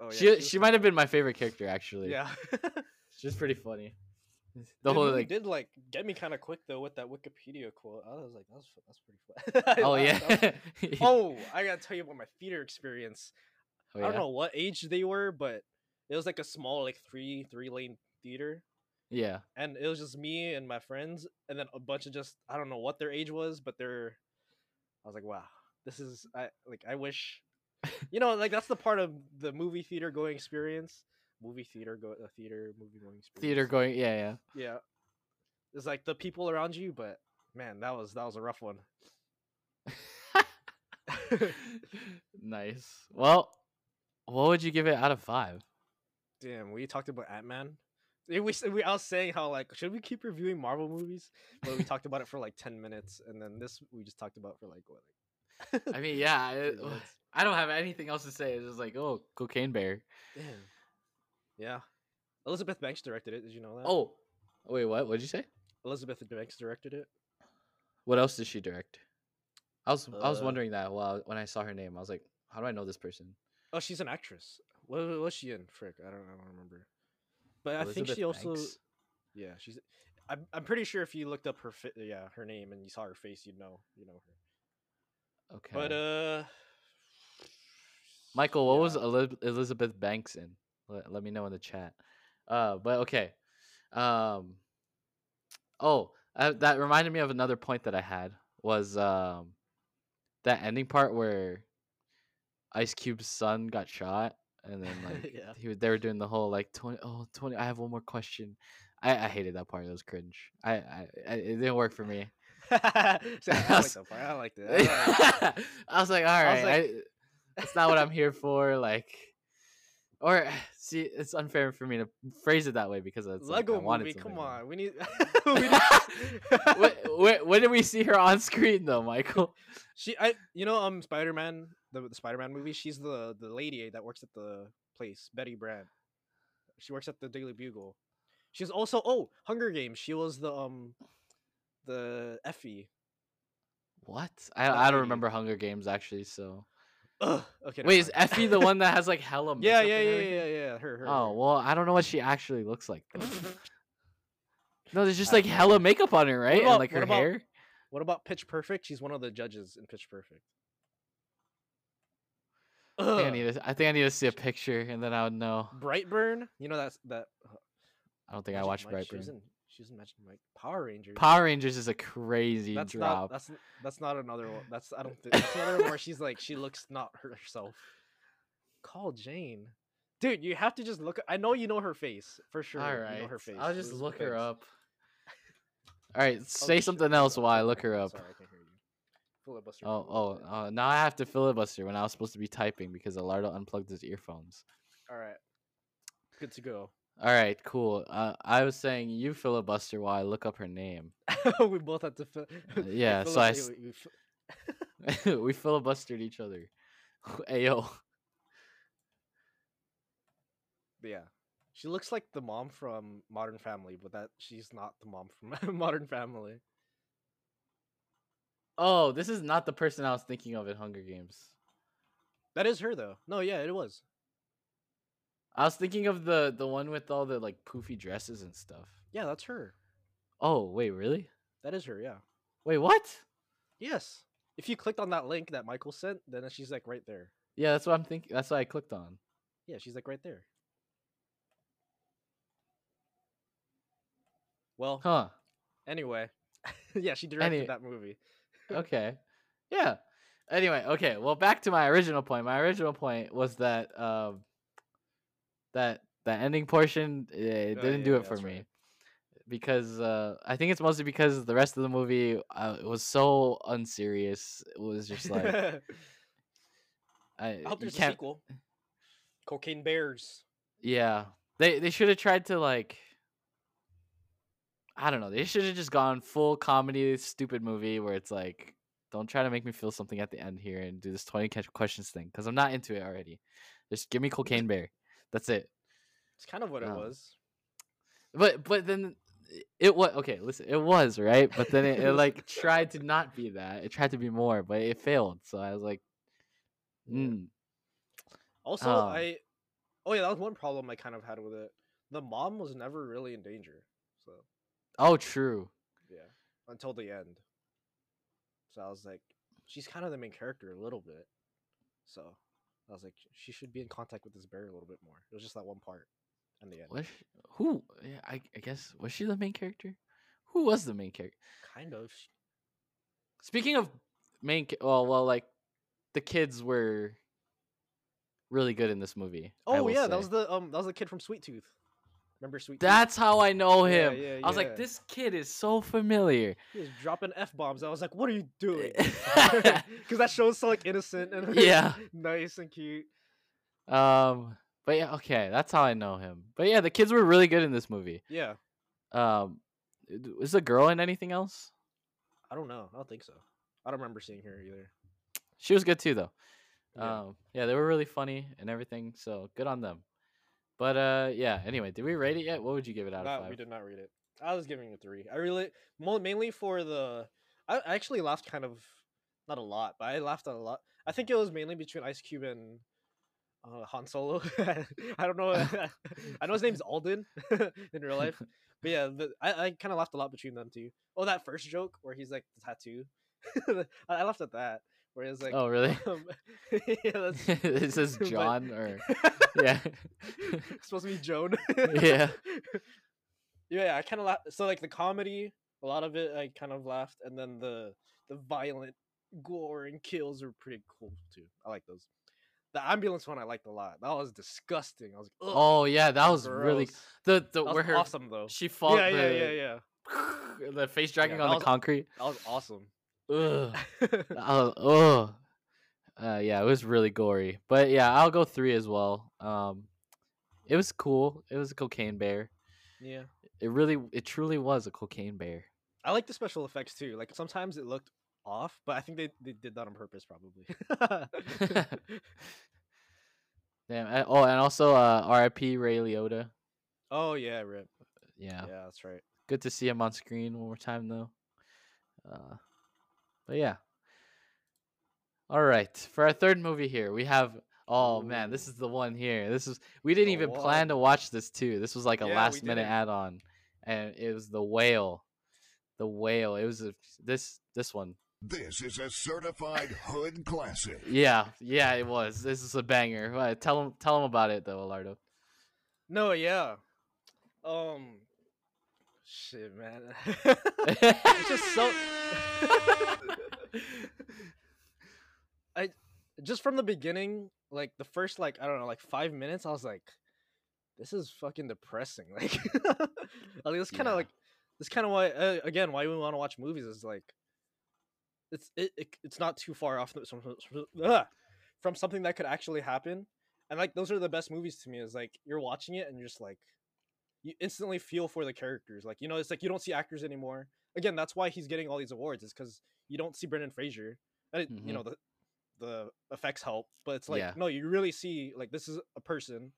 [SPEAKER 3] Oh, yeah,
[SPEAKER 1] she she,
[SPEAKER 3] was
[SPEAKER 1] might have
[SPEAKER 3] kinda-
[SPEAKER 1] been my favorite character actually.
[SPEAKER 3] Yeah.
[SPEAKER 1] She's pretty funny. The
[SPEAKER 3] The
[SPEAKER 1] whole
[SPEAKER 3] movie
[SPEAKER 1] like
[SPEAKER 3] did like get me kind of quick though with that Wikipedia quote. I was like, that was, that's pretty fun. I
[SPEAKER 1] Oh
[SPEAKER 3] laughed.
[SPEAKER 1] yeah.
[SPEAKER 3] I was like, oh, I gotta tell you about my theater experience.
[SPEAKER 1] Oh,
[SPEAKER 3] I don't
[SPEAKER 1] yeah?
[SPEAKER 3] know what age they were, but it was like a small like three three lane theater,
[SPEAKER 1] Yeah.
[SPEAKER 3] and it was just me and my friends, and then a bunch of just I don't know what their age was, but they're. I was like, wow, this is I like I wish, you know, like that's the part of the movie theater going experience. Movie theater go uh, theater movie going experience.
[SPEAKER 1] Theater going. Yeah, yeah.
[SPEAKER 3] Yeah. It's like the people around you, but man, that was that was a rough one.
[SPEAKER 1] nice. Well, what would you give it out of five?
[SPEAKER 3] Damn, we talked about Ant Man. Yeah, we, s- we I was saying how like should we keep reviewing Marvel movies? But we talked about it for like ten minutes, and then this we just talked about for like what? Like,
[SPEAKER 1] I mean, yeah, I,
[SPEAKER 3] Three minutes.
[SPEAKER 1] I don't have anything else to say. It's just like, oh, Cocaine Bear.
[SPEAKER 3] Damn. Yeah, Elizabeth Banks directed it. Did you know that?
[SPEAKER 1] Oh, wait, what? What'd you say?
[SPEAKER 3] Elizabeth Banks directed it.
[SPEAKER 1] What else does she direct? I was I was
[SPEAKER 3] Uh,
[SPEAKER 1] wondering that while when I saw her name, I was like, how do I know this person?
[SPEAKER 3] Oh, she's an actress. What what was she in? Frick, I don't I don't remember. But I think she
[SPEAKER 1] Elizabeth
[SPEAKER 3] also
[SPEAKER 1] Banks?
[SPEAKER 3] yeah she's. I'm I'm pretty sure if you looked up her fi- yeah her name and you saw her face you'd know you know her.
[SPEAKER 1] Okay.
[SPEAKER 3] But uh,
[SPEAKER 1] Michael, what was
[SPEAKER 3] yeah.
[SPEAKER 1] Eli- Elizabeth Banks in? Let, let me know in the chat. Uh, but okay. Um, oh, uh, that reminded me of another point that I had was um, that ending part where Ice Cube's son got shot, and then like
[SPEAKER 3] yeah
[SPEAKER 1] he was, they were doing the whole like 20, oh, 20 I have one more question. I, I hated that part. It was cringe. I, I, I it didn't work for me.
[SPEAKER 3] See, I don't like
[SPEAKER 1] was-
[SPEAKER 3] that part. I don't like that. I don't like that.
[SPEAKER 1] I was like, all
[SPEAKER 3] I
[SPEAKER 1] right,
[SPEAKER 3] was
[SPEAKER 1] I, that's not what I'm here for. Like, or see, it's unfair for me to phrase it that way because it's like, I
[SPEAKER 3] Lego
[SPEAKER 1] wanted
[SPEAKER 3] movie.
[SPEAKER 1] something
[SPEAKER 3] Come
[SPEAKER 1] more.
[SPEAKER 3] on, we need. we need-
[SPEAKER 1] Wh- wh- when, did we see her on screen though, Michael?
[SPEAKER 3] she, I, you know, um, Spider Man, the, the Spider Man movie. She's the the lady that works at the place, Betty Brant. She works at the Daily Bugle. She's also oh, Hunger Games. She was the um, the Effie.
[SPEAKER 1] What? I,
[SPEAKER 3] That
[SPEAKER 1] I don't
[SPEAKER 3] lady.
[SPEAKER 1] remember Hunger Games actually. So
[SPEAKER 3] Ugh, okay. never
[SPEAKER 1] wait, is
[SPEAKER 3] mind.
[SPEAKER 1] Effie the one that has like hella?
[SPEAKER 3] yeah,
[SPEAKER 1] makeup and
[SPEAKER 3] yeah, yeah,
[SPEAKER 1] everything?
[SPEAKER 3] yeah, yeah. Her, her.
[SPEAKER 1] Oh well, I don't know what she actually looks like. though.
[SPEAKER 3] her.
[SPEAKER 1] no, there's just
[SPEAKER 3] I
[SPEAKER 1] like
[SPEAKER 3] don't know.
[SPEAKER 1] hella makeup on her, right? and
[SPEAKER 3] about-
[SPEAKER 1] like
[SPEAKER 3] what
[SPEAKER 1] her
[SPEAKER 3] about-
[SPEAKER 1] hair.
[SPEAKER 3] What about Pitch Perfect? She's one of the judges in Pitch Perfect.
[SPEAKER 1] I think I
[SPEAKER 3] Ugh.
[SPEAKER 1] need to. I think I need to see a picture, and then I would know.
[SPEAKER 3] Brightburn, you know that's that. uh,
[SPEAKER 1] I don't think I watched Brightburn.
[SPEAKER 3] She's in Magic Mike. Power Rangers.
[SPEAKER 1] Power Rangers is a crazy
[SPEAKER 3] that's
[SPEAKER 1] drop.
[SPEAKER 3] not that's that's not another one. That's I don't think that's another one where she's like she looks not herself. Call Jane, dude. You have to just look. I know you know her face for sure.
[SPEAKER 1] All
[SPEAKER 3] you
[SPEAKER 1] right,
[SPEAKER 3] know her face.
[SPEAKER 1] I'll
[SPEAKER 3] This
[SPEAKER 1] just
[SPEAKER 3] is
[SPEAKER 1] look her
[SPEAKER 3] face.
[SPEAKER 1] up. All right,
[SPEAKER 3] Oh,
[SPEAKER 1] say
[SPEAKER 3] shit,
[SPEAKER 1] something
[SPEAKER 3] hold
[SPEAKER 1] else
[SPEAKER 3] on,
[SPEAKER 1] while I
[SPEAKER 3] hold
[SPEAKER 1] look
[SPEAKER 3] on,
[SPEAKER 1] her
[SPEAKER 3] I'm
[SPEAKER 1] up.
[SPEAKER 3] Sorry, I can't hear you. Filibuster.
[SPEAKER 1] Oh,
[SPEAKER 3] filibuster.
[SPEAKER 1] oh, uh, now I have to filibuster when I was supposed to be typing because Alardo unplugged his earphones.
[SPEAKER 3] All right. Good to go.
[SPEAKER 1] All right, cool. Uh, I was saying you filibuster while I look up her name.
[SPEAKER 3] we both had to. Fi- we
[SPEAKER 1] Uh, yeah,
[SPEAKER 3] fili-
[SPEAKER 1] so I
[SPEAKER 3] we-
[SPEAKER 1] s-
[SPEAKER 3] we- we fi-
[SPEAKER 1] we filibustered each other. Ayo.
[SPEAKER 3] Yeah. She looks like the mom from Modern Family, but that she's not the mom from Modern Family.
[SPEAKER 1] Oh, this is not the person I was thinking of in Hunger Games.
[SPEAKER 3] That is her though. No, yeah, it was.
[SPEAKER 1] I was thinking of the the one with all the like poofy dresses and stuff.
[SPEAKER 3] Yeah, that's her.
[SPEAKER 1] Oh, wait, really?
[SPEAKER 3] That is her, yeah.
[SPEAKER 1] Wait, what?
[SPEAKER 3] Yes. If you clicked on that link that Michael sent, then she's like right there.
[SPEAKER 1] Yeah, that's what I'm thinking. That's what I clicked on.
[SPEAKER 3] Yeah, she's like right there. Well,
[SPEAKER 1] Huh.
[SPEAKER 3] anyway. yeah, she directed
[SPEAKER 1] Any-
[SPEAKER 3] that movie.
[SPEAKER 1] Okay. Yeah. Anyway, okay. Well, back to my original point. My original point was that um that that ending portion eh, it
[SPEAKER 3] Oh,
[SPEAKER 1] didn't
[SPEAKER 3] yeah,
[SPEAKER 1] do
[SPEAKER 3] yeah,
[SPEAKER 1] it for
[SPEAKER 3] that's
[SPEAKER 1] me.
[SPEAKER 3] right.
[SPEAKER 1] Because uh, I think it's mostly because the rest of the movie uh, it was so unserious. It was just like I,
[SPEAKER 3] I hope
[SPEAKER 1] you
[SPEAKER 3] there's a
[SPEAKER 1] can't.
[SPEAKER 3] sequel. Cocaine Bears.
[SPEAKER 1] Yeah, they they should have tried to like. I don't know. They should have just gone full comedy, stupid movie where it's like, don't try to make me feel something at the end here and do this twenty catch questions thing because I'm not into it already. Just give me Cocaine Bear. That's it.
[SPEAKER 3] It's kind of what it
[SPEAKER 1] Um,
[SPEAKER 3] was.
[SPEAKER 1] But but then it- it was okay. Listen, it was right, but then it, it like tried to not be that. It tried to be more, but it failed. So I was like,
[SPEAKER 3] Yeah.
[SPEAKER 1] mm,
[SPEAKER 3] Also,
[SPEAKER 1] Um,
[SPEAKER 3] I oh yeah, that was one problem I kind of had with it. The mom was never really in danger, so
[SPEAKER 1] oh, true.
[SPEAKER 3] yeah, until the end. So I was like, she's kind of the main character a little bit. So I was like, she should be in contact with this bear a little bit more. It was just that one part in the end,
[SPEAKER 1] Was she, who? yeah, I, I guess was she the main character? Who was the main character?
[SPEAKER 3] kind of. sh-
[SPEAKER 1] Speaking of main, ca- well, well, like the kids were really good in this movie. I
[SPEAKER 3] Oh
[SPEAKER 1] will
[SPEAKER 3] yeah,
[SPEAKER 1] say.
[SPEAKER 3] that was the um, that was the kid from Sweet Tooth. Remember Sweet Tooth?
[SPEAKER 1] That's how I know
[SPEAKER 3] Yeah,
[SPEAKER 1] him.
[SPEAKER 3] yeah,
[SPEAKER 1] I was
[SPEAKER 3] yeah.
[SPEAKER 1] like, this kid is so familiar.
[SPEAKER 3] He was dropping f bombs. I was like, "What are you doing?"
[SPEAKER 1] yeah.
[SPEAKER 3] Because that show's so like innocent and
[SPEAKER 1] Yeah.
[SPEAKER 3] nice and cute.
[SPEAKER 1] Um, But yeah, okay, that's how I know him. But yeah, the kids were really good in this movie.
[SPEAKER 3] Yeah,
[SPEAKER 1] Um, d- is the girl in anything else?
[SPEAKER 3] I don't know. I don't think so. I don't remember seeing her either.
[SPEAKER 1] She was good too, though.
[SPEAKER 3] Yeah.
[SPEAKER 1] Um, yeah, they were really funny and everything, so good on them. But uh, yeah. Anyway, did we rate it yet? What would you give it out
[SPEAKER 3] Not-
[SPEAKER 1] of five?
[SPEAKER 3] we did not read it. I was giving it a three. I really mo- mainly for the. I I actually laughed kind of, not a lot, but I laughed a lot. I think it was mainly between Ice Cube and uh, Han Solo. I don't know. I know his name's Alden in real life, but yeah, the, I I kind of laughed a lot between them two. Oh, that first joke where he's like the tattoo. I, I laughed at that. Where it's like,
[SPEAKER 1] oh, really?
[SPEAKER 3] um, yeah, that's
[SPEAKER 1] it says
[SPEAKER 3] but-
[SPEAKER 1] John or yeah,
[SPEAKER 3] supposed to be Joan.
[SPEAKER 1] Yeah.
[SPEAKER 3] yeah, I kind of laugh. So like the comedy, a lot of it I kind of laughed, and then the the violent gore and kills were pretty cool too. I like those. The ambulance one I liked a lot. That was disgusting. I was like, "Ugh,
[SPEAKER 1] Oh yeah, that was really
[SPEAKER 3] gross."
[SPEAKER 1] the the
[SPEAKER 3] That was
[SPEAKER 1] where her
[SPEAKER 3] awesome though.
[SPEAKER 1] she fought
[SPEAKER 3] yeah,
[SPEAKER 1] the
[SPEAKER 3] yeah, yeah, yeah.
[SPEAKER 1] the face dragging
[SPEAKER 3] that
[SPEAKER 1] on the
[SPEAKER 3] was-
[SPEAKER 1] concrete.
[SPEAKER 3] That was awesome.
[SPEAKER 1] Ugh. Oh, oh. Uh, yeah, it was really gory. But yeah, I'll go three as well. Um, it was cool. It was a cocaine bear.
[SPEAKER 3] yeah,
[SPEAKER 1] It really, it truly was a cocaine bear.
[SPEAKER 3] I like the special effects too. Like sometimes it looked off, but I think they, they did that on purpose probably.
[SPEAKER 1] Damn. and- Oh, and also uh, R.I.P. Ray Liotta.
[SPEAKER 3] oh yeah, rip.
[SPEAKER 1] Yeah.
[SPEAKER 3] Yeah. that's right.
[SPEAKER 1] good to see him on screen one more time though. Uh, but yeah. All right, for our third movie here, we have. Oh man, this
[SPEAKER 3] Ooh.
[SPEAKER 1] is the one here. This is we didn't
[SPEAKER 3] The
[SPEAKER 1] even plan
[SPEAKER 3] one.
[SPEAKER 1] to watch this too. This was like a
[SPEAKER 3] Yeah, we
[SPEAKER 1] last minute
[SPEAKER 3] didn't.
[SPEAKER 1] add on, and it was the whale. The whale. It was a, this this one.
[SPEAKER 4] This is a certified hood classic.
[SPEAKER 1] Yeah, yeah, it was. This is a banger. Uh, Tell him tell him about it though, Alardo.
[SPEAKER 3] No, yeah. Um shit, man. It's just so I just from the beginning, like the first like I don't know, like 5 minutes, I was like this is fucking depressing. Like I mean, it's kind of
[SPEAKER 1] Yeah.
[SPEAKER 3] like that's kind of why uh, again why we want to watch movies is like it's it, it it's not too far off the- from, from- ugh, from something that could actually happen and like those are the best movies to me is like you're watching it and you're just like you instantly feel for the characters like you know it's like you don't see actors anymore again that's why he's getting all these awards is because you don't see brendan fraser and it,
[SPEAKER 1] Mhm.
[SPEAKER 3] you know the the effects help but it's like
[SPEAKER 1] Yeah.
[SPEAKER 3] no you really see like this is a person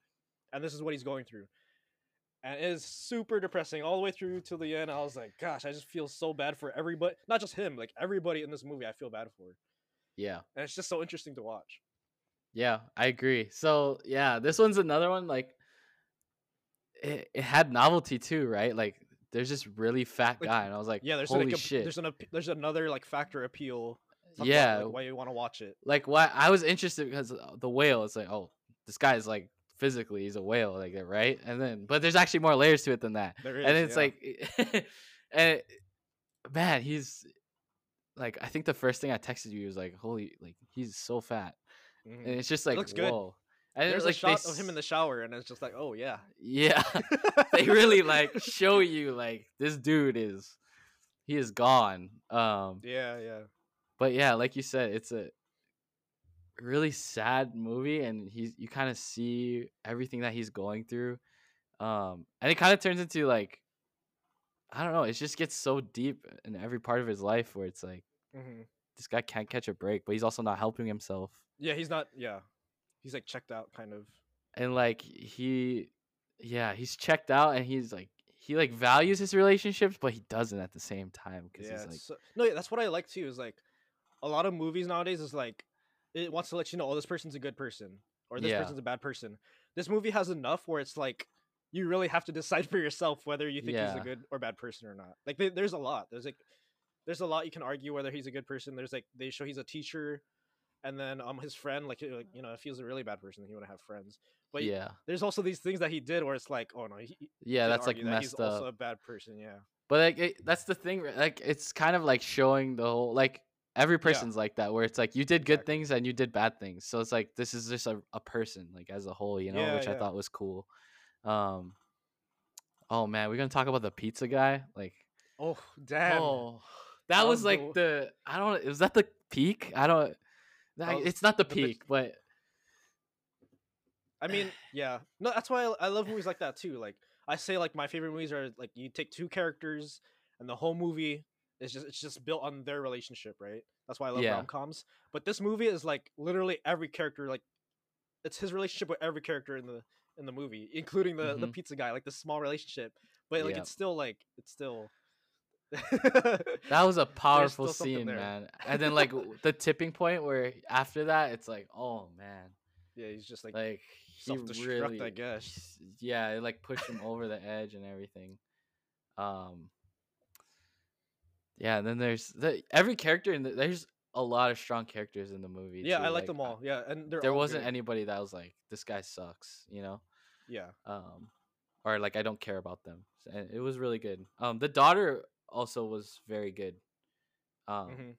[SPEAKER 3] and this is what he's going through and it is super depressing all the way through to the end. I was like, gosh, I just feel so bad for everybody, not just him, like everybody in this movie. I feel bad for,
[SPEAKER 1] Yeah.
[SPEAKER 3] and it's just so interesting to watch.
[SPEAKER 1] Yeah, I agree. So yeah, this one's another one like it, it had novelty too, right? Like there's this really fat
[SPEAKER 3] Like,
[SPEAKER 1] guy, and I was like,
[SPEAKER 3] Yeah, there's
[SPEAKER 1] holy
[SPEAKER 3] like a,
[SPEAKER 1] shit.
[SPEAKER 3] there's an ap- there's another like factor appeal. something
[SPEAKER 1] yeah,
[SPEAKER 3] like, why you want to watch it?
[SPEAKER 1] like why I was interested because uh, the whale. It's like oh, this guy's like physically he's a whale, like that, right? And then but there's actually more layers to it than that.
[SPEAKER 3] There is,
[SPEAKER 1] and it's
[SPEAKER 3] yeah.
[SPEAKER 1] like, and man, he's like I think the first thing I texted you was like, holy, like he's so fat,
[SPEAKER 3] Mhm.
[SPEAKER 1] and it's just like
[SPEAKER 3] looks good.
[SPEAKER 1] whoa. And
[SPEAKER 3] there's
[SPEAKER 1] like
[SPEAKER 3] a
[SPEAKER 1] they
[SPEAKER 3] shot of him in the
[SPEAKER 1] s-
[SPEAKER 3] shower, and it's just like, oh yeah,
[SPEAKER 1] yeah. they really like show you like this dude is he is gone um
[SPEAKER 3] yeah, yeah,
[SPEAKER 1] but yeah like you said it's a really sad movie and he's you kind of see everything that he's going through um and it kind of turns into like i don't know it just gets so deep in every part of his life where it's like
[SPEAKER 3] hmm
[SPEAKER 1] this guy can't catch a break but he's also not helping himself
[SPEAKER 3] yeah. He's not, yeah, he's like checked out, kind of.
[SPEAKER 1] and like he yeah he's checked out and he's like he like values his relationships but he doesn't at the same time because
[SPEAKER 3] yeah,
[SPEAKER 1] he's like
[SPEAKER 3] it's so- no, yeah, that's what I like too. Is like a lot of movies nowadays is like it wants to let you know, oh, this person's a good person or this
[SPEAKER 1] Yeah.
[SPEAKER 3] person's a bad person. This movie has enough where it's like you really have to decide for yourself whether you think he's
[SPEAKER 1] Yeah.
[SPEAKER 3] a good or bad person or not. Like there- there's a lot. There's like there's a lot you can argue whether he's a good person. There's like they show he's a teacher, and then um his friend like you know, like, you know if he was a really bad person, then he wouldn't have friends. But yeah.
[SPEAKER 1] yeah
[SPEAKER 3] there's also these things that he did where it's like, oh no, he, you
[SPEAKER 1] yeah
[SPEAKER 3] can
[SPEAKER 1] that's like
[SPEAKER 3] argue that he's
[SPEAKER 1] messed up
[SPEAKER 3] also a bad person. Yeah,
[SPEAKER 1] but like it, that's the thing right, like it's kind of like showing the whole like every person's like that where it's like you did good
[SPEAKER 3] Exactly.
[SPEAKER 1] things and you did bad things so it's like this is just a, a person like as a whole you know
[SPEAKER 3] Yeah,
[SPEAKER 1] which i
[SPEAKER 3] yeah.
[SPEAKER 1] thought was cool um oh man we're gonna talk about the pizza guy like
[SPEAKER 3] oh damn.
[SPEAKER 1] oh that
[SPEAKER 3] that
[SPEAKER 1] was
[SPEAKER 3] was
[SPEAKER 1] like
[SPEAKER 3] the-
[SPEAKER 1] the i don't was that the peak i don't that,
[SPEAKER 3] was
[SPEAKER 1] it's not the
[SPEAKER 3] the big-
[SPEAKER 1] peak but
[SPEAKER 3] I mean, yeah. No, that's why I, I love movies like that too. Like I say, like my favorite movies are like you take two characters and the whole movie is just it's just built on their relationship, right? That's why I love
[SPEAKER 1] Yeah.
[SPEAKER 3] rom coms. But this movie is like literally every character, like it's his relationship with every character in the in the movie, including the the
[SPEAKER 1] Mhm.
[SPEAKER 3] pizza guy, like the small relationship. But like
[SPEAKER 1] Yep.
[SPEAKER 3] it's still like it's still.
[SPEAKER 1] That was a powerful
[SPEAKER 3] still something
[SPEAKER 1] scene,
[SPEAKER 3] there.
[SPEAKER 1] man. And then like w- the tipping point where after that, it's like, oh man,
[SPEAKER 3] yeah, he's just like,
[SPEAKER 1] like he
[SPEAKER 3] self-destruct, I
[SPEAKER 1] really,
[SPEAKER 3] guess.
[SPEAKER 1] yeah, it like pushed him over the edge and everything. Um, yeah. And then there's the, every character in the, there's a lot of strong characters in the movie.
[SPEAKER 3] yeah,
[SPEAKER 1] too,
[SPEAKER 3] I like,
[SPEAKER 1] I-
[SPEAKER 3] them all. Yeah, and they're
[SPEAKER 1] There
[SPEAKER 3] all
[SPEAKER 1] wasn't
[SPEAKER 3] good.
[SPEAKER 1] anybody that was like, this guy sucks, you know.
[SPEAKER 3] Yeah,
[SPEAKER 1] um, or like I don't care about them. S- And it was really good. Um, the daughter also was very good. Um,
[SPEAKER 3] mhm.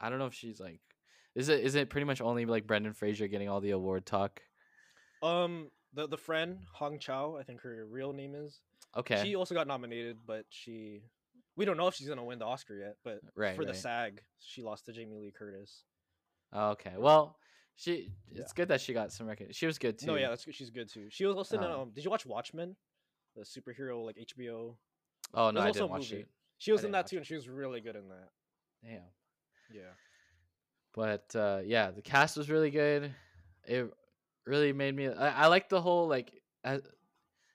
[SPEAKER 1] I don't know if she's like, is it is it pretty much only like Brendan Fraser getting all the award talk?
[SPEAKER 3] Um, the the friend Hong Chao, I think her real name is.
[SPEAKER 1] Okay,
[SPEAKER 3] She also got nominated, but she, we don't know if she's gonna win the Oscar yet. But
[SPEAKER 1] Uh, Right,
[SPEAKER 3] for the
[SPEAKER 1] right.
[SPEAKER 3] SAG, she lost to Jamie Lee Curtis.
[SPEAKER 1] okay. Well, she
[SPEAKER 3] Yeah.
[SPEAKER 1] it's good that she got some recognition. She was good too.
[SPEAKER 3] No, yeah, that's good. She's good too. She was also in,
[SPEAKER 1] Um,
[SPEAKER 3] um. Did you watch Watchmen, the superhero like HBO?
[SPEAKER 1] oh no,
[SPEAKER 3] there's
[SPEAKER 1] I
[SPEAKER 3] also a
[SPEAKER 1] didn't watch
[SPEAKER 3] movie.
[SPEAKER 1] it.
[SPEAKER 3] She was
[SPEAKER 1] I
[SPEAKER 3] in
[SPEAKER 1] didn't
[SPEAKER 3] that
[SPEAKER 1] watch
[SPEAKER 3] too, and she was really good in that.
[SPEAKER 1] Damn.
[SPEAKER 3] Yeah.
[SPEAKER 1] But uh, yeah, the cast was really good. It really made me. I, I like the whole like. As,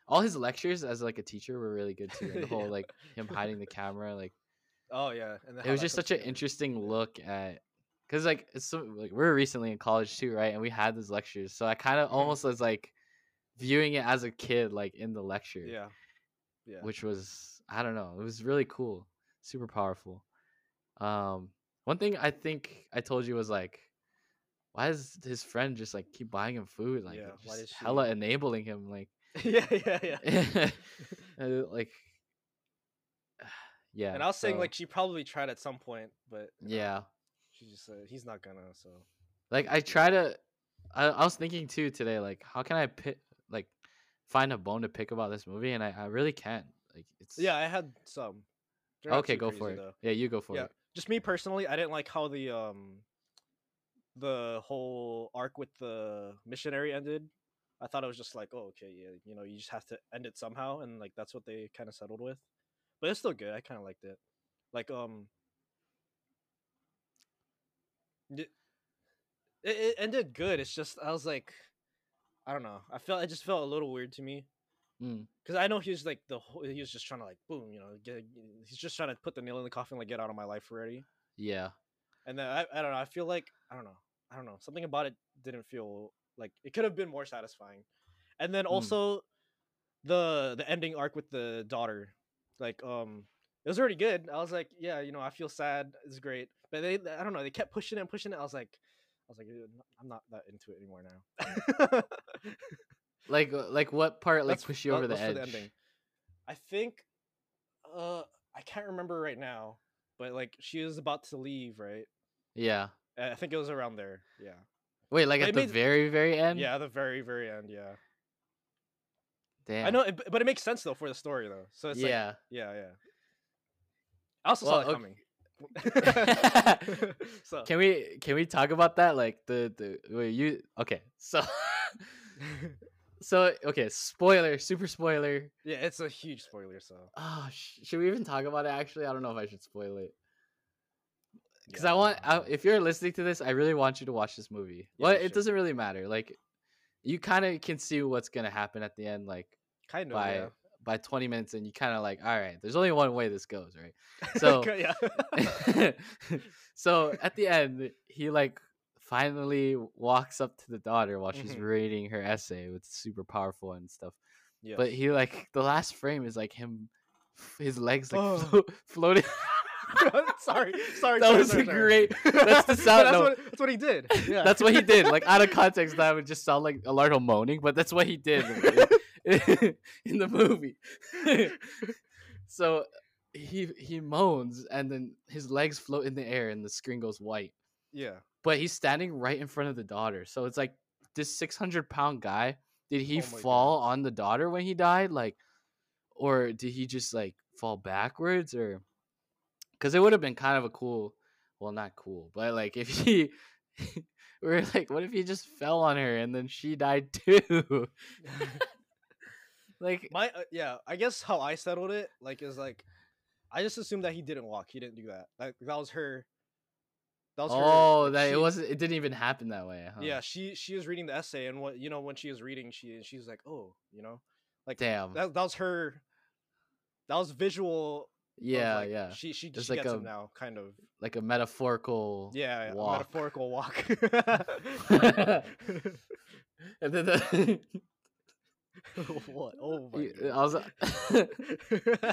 [SPEAKER 1] all his lectures as like a teacher were really good too. And the whole
[SPEAKER 3] Yeah.
[SPEAKER 1] like him hiding the camera, like
[SPEAKER 3] Oh yeah, and then
[SPEAKER 1] it
[SPEAKER 3] how
[SPEAKER 1] was
[SPEAKER 3] that
[SPEAKER 1] just
[SPEAKER 3] comes
[SPEAKER 1] such an
[SPEAKER 3] together.
[SPEAKER 1] interesting look at because like it's so, like we were recently in college too right and we had those lectures so i kind of
[SPEAKER 3] Mhm.
[SPEAKER 1] almost was like viewing it as a kid like in the lecture
[SPEAKER 3] Yeah. Yeah.
[SPEAKER 1] which was i don't know it was really cool super powerful um one thing i think i told you was like why does his friend just like keep buying him food like
[SPEAKER 3] Yeah,
[SPEAKER 1] it's
[SPEAKER 3] why
[SPEAKER 1] just
[SPEAKER 3] does she-
[SPEAKER 1] hella enabling him like
[SPEAKER 3] yeah, yeah, yeah.
[SPEAKER 1] uh, like yeah
[SPEAKER 3] and I was saying
[SPEAKER 1] so,
[SPEAKER 3] like she probably tried at some point, but you know,
[SPEAKER 1] yeah
[SPEAKER 3] she just said he's not gonna. So
[SPEAKER 1] Like I try to, I, I was thinking too today. Like how can I pick, like, find a bone to pick about this movie, and I, I really can't. Like it's
[SPEAKER 3] yeah, I had some. They're not
[SPEAKER 1] Okay,
[SPEAKER 3] too
[SPEAKER 1] go
[SPEAKER 3] crazy,
[SPEAKER 1] for it.
[SPEAKER 3] though.
[SPEAKER 1] Yeah, you go for
[SPEAKER 3] Yeah.
[SPEAKER 1] it.
[SPEAKER 3] Just me personally, I didn't like how the um the whole arc with the missionary ended. I thought it was just like, oh, okay, yeah, you know, you just have to end it somehow, and like that's what they kind of settled with. But it's still good. I kind of liked it. Like, um, it, it it ended good. It's just I was like, I don't know. I felt it just felt a little weird to me.
[SPEAKER 1] Mm.
[SPEAKER 3] Because I know he was like the whole, he was just trying to like boom, you know, get, he's just trying to put the nail in the coffin, like get out of my life already.
[SPEAKER 1] Yeah.
[SPEAKER 3] And then I, I don't know, I feel like I don't know, I don't know, something about it didn't feel like it could have been more satisfying. And then
[SPEAKER 1] Mm.
[SPEAKER 3] also the the ending arc with the daughter, like um, it was already good. I was like, yeah, you know, I feel sad. It's great, but they I don't know, they kept pushing it and pushing it. I was like, I was like, "Dude, I'm not that into it anymore now.
[SPEAKER 1] Like uh, like what part like
[SPEAKER 3] That's-
[SPEAKER 1] push you
[SPEAKER 3] that-
[SPEAKER 1] over the
[SPEAKER 3] that's for
[SPEAKER 1] edge?
[SPEAKER 3] the ending. I think uh I can't remember right now, but like she was about to leave, right?
[SPEAKER 1] Yeah.
[SPEAKER 3] Uh, I think it was around there. Yeah.
[SPEAKER 1] Wait, like
[SPEAKER 3] They
[SPEAKER 1] at the
[SPEAKER 3] made-
[SPEAKER 1] very very end.
[SPEAKER 3] yeah, the very very end, yeah.
[SPEAKER 1] Damn.
[SPEAKER 3] I know it, but it makes sense though for the story though. So it's like
[SPEAKER 1] yeah.
[SPEAKER 3] yeah, yeah. I also saw
[SPEAKER 1] Well,
[SPEAKER 3] it
[SPEAKER 1] okay.
[SPEAKER 3] coming. so
[SPEAKER 1] Can we can we talk about that? Like the the wait, you okay? So so okay. Spoiler. Super spoiler.
[SPEAKER 3] yeah, it's a huge spoiler so.
[SPEAKER 1] Oh, sh- should we even talk about it? Actually, I don't know if I should spoil it. because
[SPEAKER 3] yeah,
[SPEAKER 1] I want I,
[SPEAKER 3] don't know.
[SPEAKER 1] if you're listening to this, I really want you to watch this movie.
[SPEAKER 3] Yeah,
[SPEAKER 1] well,
[SPEAKER 3] you
[SPEAKER 1] it
[SPEAKER 3] should.
[SPEAKER 1] doesn't really matter. Like, you kind of can see what's gonna happen at the end, like
[SPEAKER 3] kind of
[SPEAKER 1] by
[SPEAKER 3] yeah.
[SPEAKER 1] by 20 minutes, and you kind of like, all right, there's only one way this goes, right? So,
[SPEAKER 3] yeah.
[SPEAKER 1] so at the end, he like finally walks up to the daughter while she's
[SPEAKER 3] Mhm.
[SPEAKER 1] reading her essay, which is super powerful and stuff.
[SPEAKER 3] yeah.
[SPEAKER 1] But he like the last frame is like him, his legs like
[SPEAKER 3] Oh.
[SPEAKER 1] flo- floating.
[SPEAKER 3] sorry, sorry.
[SPEAKER 1] That
[SPEAKER 3] sorry,
[SPEAKER 1] was
[SPEAKER 3] sorry,
[SPEAKER 1] a
[SPEAKER 3] sorry.
[SPEAKER 1] great- that's the sound-
[SPEAKER 3] that's,
[SPEAKER 1] no.
[SPEAKER 3] what, that's what he did. Yeah.
[SPEAKER 1] That's what he did. Like out of context, that would just sound like Alardo moaning, but that's what he did in- in the movie. so he he moans, and then his legs float in the air, and the screen goes white.
[SPEAKER 3] yeah.
[SPEAKER 1] But he's standing right in front of the daughter, so it's like this six hundred pound guy. Did he
[SPEAKER 3] Oh my
[SPEAKER 1] fall on the daughter when he died, like, or did he just like fall backwards, or? Because it would have been kind of a cool, well, not cool, but like if he we were like, what if he just fell on her and then she died too? like,
[SPEAKER 3] My uh, yeah, I guess how I settled it like is like I just assumed that he didn't walk. He didn't do that. Like that was her. That was her.
[SPEAKER 1] oh,
[SPEAKER 3] like,
[SPEAKER 1] that
[SPEAKER 3] she-
[SPEAKER 1] it wasn't. It didn't even happen that way. Huh?
[SPEAKER 3] Yeah, she she was reading the essay, and what you know when she was reading, she she was like, oh, you know, like
[SPEAKER 1] Damn.
[SPEAKER 3] that that was her. That was visual. of,
[SPEAKER 1] yeah,
[SPEAKER 3] like,
[SPEAKER 1] yeah.
[SPEAKER 3] She she,
[SPEAKER 1] There's
[SPEAKER 3] she
[SPEAKER 1] like
[SPEAKER 3] gets
[SPEAKER 1] a-
[SPEAKER 3] him now, kind of.
[SPEAKER 1] Like a metaphorical.
[SPEAKER 3] Yeah, yeah, a
[SPEAKER 1] walk.
[SPEAKER 3] metaphorical walk.
[SPEAKER 1] And then the,
[SPEAKER 3] what? Oh my.
[SPEAKER 1] I was.
[SPEAKER 3] God.
[SPEAKER 1] That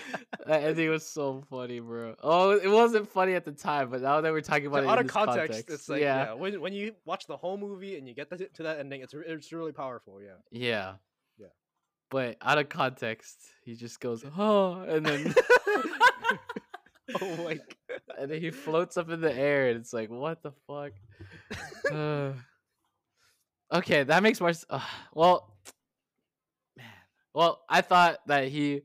[SPEAKER 1] ending was so funny, bro. Oh, it wasn't funny at the time, but now that we're talking about
[SPEAKER 3] So
[SPEAKER 1] it
[SPEAKER 3] out
[SPEAKER 1] in
[SPEAKER 3] of
[SPEAKER 1] this
[SPEAKER 3] context,
[SPEAKER 1] context,
[SPEAKER 3] it's like yeah. When when you watch the whole movie and you get that, to that ending, it's re- it's really powerful. Yeah.
[SPEAKER 1] Yeah.
[SPEAKER 3] Yeah.
[SPEAKER 1] But out of context, he just goes, oh, and then
[SPEAKER 3] oh my. g-
[SPEAKER 1] and then he floats up in the air, and it's like, what the fuck? Ugh. okay, that makes more. s- ugh, well, man. Well, I thought that he,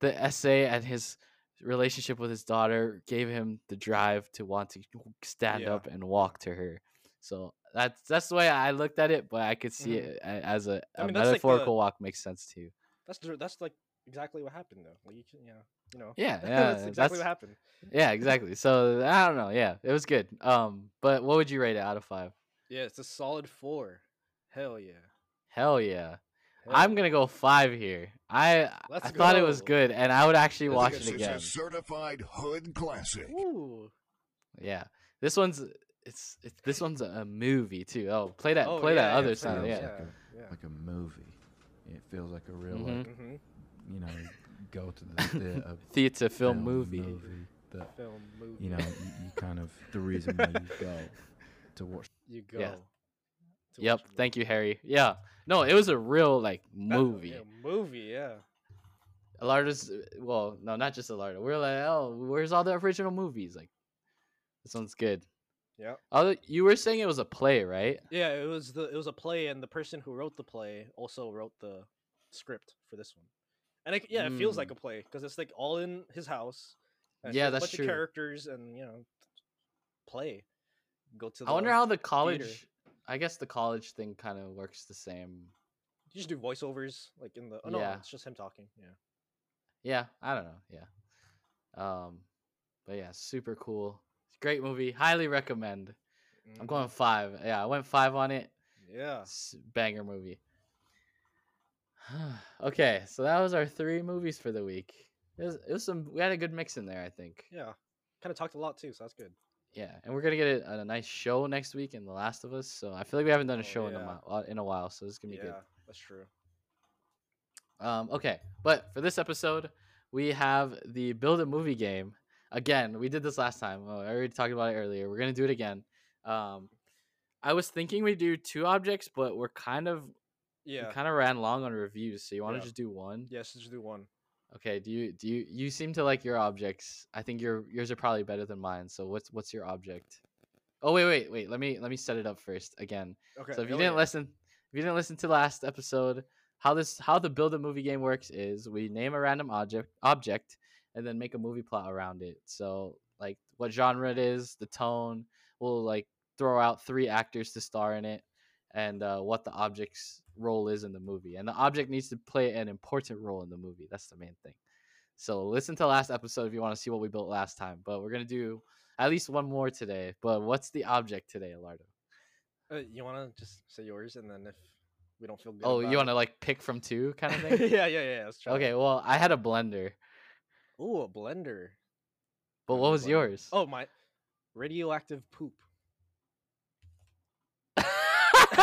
[SPEAKER 1] the essay and his relationship with his daughter gave him the drive to want to stand
[SPEAKER 3] Yeah.
[SPEAKER 1] up and walk to her. So that's that's the way I looked at it, but I could see
[SPEAKER 3] Mhm.
[SPEAKER 1] it a- as a,
[SPEAKER 3] I
[SPEAKER 1] a
[SPEAKER 3] mean, that's like the-
[SPEAKER 1] metaphorical walk makes sense too.
[SPEAKER 3] That's dr- that's like exactly what happened though. Like you can yeah you know.
[SPEAKER 1] Yeah, yeah,
[SPEAKER 3] that's exactly what happened.
[SPEAKER 1] yeah, exactly. So I don't know. Yeah, it was good. Um, but what would you rate it out of five?
[SPEAKER 3] Yeah, it's a solid four. Hell yeah.
[SPEAKER 1] Hell yeah.
[SPEAKER 3] Hell
[SPEAKER 1] I'm
[SPEAKER 3] yeah.
[SPEAKER 1] gonna go five here. I
[SPEAKER 3] Let's
[SPEAKER 1] I thought it was
[SPEAKER 3] go.
[SPEAKER 1] good, and I would actually
[SPEAKER 3] That's
[SPEAKER 1] watch
[SPEAKER 3] good
[SPEAKER 1] it
[SPEAKER 4] This is
[SPEAKER 1] again.
[SPEAKER 4] a certified hood classic.
[SPEAKER 3] Ooh.
[SPEAKER 1] Yeah, this one's it's, it's this one's a movie too. Oh, play that
[SPEAKER 3] Oh,
[SPEAKER 1] play
[SPEAKER 3] yeah,
[SPEAKER 1] that
[SPEAKER 3] yeah,
[SPEAKER 1] other
[SPEAKER 3] play
[SPEAKER 1] sound.
[SPEAKER 3] that,
[SPEAKER 1] Yeah.
[SPEAKER 3] yeah. Yeah.
[SPEAKER 5] like a movie. It feels like a real,
[SPEAKER 1] Mhm.
[SPEAKER 5] like
[SPEAKER 3] Mhm.
[SPEAKER 5] you know, go to the, the a
[SPEAKER 1] theater film, movie.
[SPEAKER 5] that
[SPEAKER 3] Film movie.
[SPEAKER 5] you know you, you kind of the reason why you go to watch.
[SPEAKER 3] You go.
[SPEAKER 1] yeah. Yep. Thank you, Harry. Yeah. No, it was a real like movie.
[SPEAKER 3] Yeah, movie. Yeah.
[SPEAKER 1] Alarda's uh, well, no, not just Alarda. We're like, oh, where's all the original movies? Like, this one's good.
[SPEAKER 3] Yep.
[SPEAKER 1] Although you were saying it was a play, right?
[SPEAKER 3] Yeah. It was the it was a play, and the person who wrote the play also wrote the script for this one. And it, yeah, it feels like
[SPEAKER 1] Mm.
[SPEAKER 3] a play because it's like all in his house. and it's
[SPEAKER 1] Yeah,
[SPEAKER 3] just
[SPEAKER 1] that's
[SPEAKER 3] a bunch
[SPEAKER 1] true.
[SPEAKER 3] Of characters and you know, play. Go to. The,
[SPEAKER 1] I wonder how the college.
[SPEAKER 3] theater.
[SPEAKER 1] I guess the college thing kind of works the same.
[SPEAKER 3] you just do voiceovers like in the. Oh, no,
[SPEAKER 1] Yeah.
[SPEAKER 3] it's just him talking. Yeah.
[SPEAKER 1] Yeah, I don't know. Yeah, um, but yeah, super cool. Great movie. Highly recommend. I'm
[SPEAKER 3] Mhm.
[SPEAKER 1] going five. Yeah, I went five on it.
[SPEAKER 3] Yeah.
[SPEAKER 1] S- Banger movie. okay, so that was our three movies for the week. It was, it was some. We had a good mix in there, I think.
[SPEAKER 3] Yeah. Kind of talked a lot too, so that's good.
[SPEAKER 1] Yeah, and we're gonna get a, a nice show next week in The Last of Us. So I feel like we haven't done a
[SPEAKER 3] Oh,
[SPEAKER 1] show in a
[SPEAKER 3] yeah.
[SPEAKER 1] while, in a while. So it's gonna be
[SPEAKER 3] yeah,
[SPEAKER 1] good.
[SPEAKER 3] that's true.
[SPEAKER 1] Um, okay, but for this episode, we have the build a movie game. Again, we did this last time. Oh, I already talked about it earlier. We're gonna do it again. Um, I was thinking we do two objects, but we're kind of
[SPEAKER 3] Yeah.
[SPEAKER 1] we kind of ran long on reviews. So you want to
[SPEAKER 3] Yeah.
[SPEAKER 1] just do one?
[SPEAKER 3] Yes, just do one.
[SPEAKER 1] Okay. Do you do you you seem to like your objects? I think your yours are probably better than mine. So what's what's your object? Oh wait wait wait. Let me let me set it up first again.
[SPEAKER 3] Okay.
[SPEAKER 1] So if you
[SPEAKER 3] hell
[SPEAKER 1] didn't
[SPEAKER 3] yeah.
[SPEAKER 1] listen, if you didn't listen to last episode, how this how the build a movie game works is we name a random object object and then make a movie plot around it. So like what genre it is, the tone, we'll like throw out three actors to star in it, and uh, what the object's role is in the movie. And the object needs to play an important role in the movie. That's the main thing. So listen to last episode if you want to see what we built last time. But we're gonna do at least one more today. But what's the object today, Alardo?
[SPEAKER 3] Uh, you want to just say yours, and then if we don't feel good.
[SPEAKER 1] Oh, you want
[SPEAKER 3] about
[SPEAKER 1] to like pick from two kind of
[SPEAKER 3] it-
[SPEAKER 1] thing?
[SPEAKER 3] yeah, yeah, yeah. Let's try.
[SPEAKER 1] Okay, well, I had a blender,
[SPEAKER 3] Oh, a blender.
[SPEAKER 1] but
[SPEAKER 3] Kinda
[SPEAKER 1] what was
[SPEAKER 3] blender.
[SPEAKER 1] yours?
[SPEAKER 3] Oh my, radioactive poop.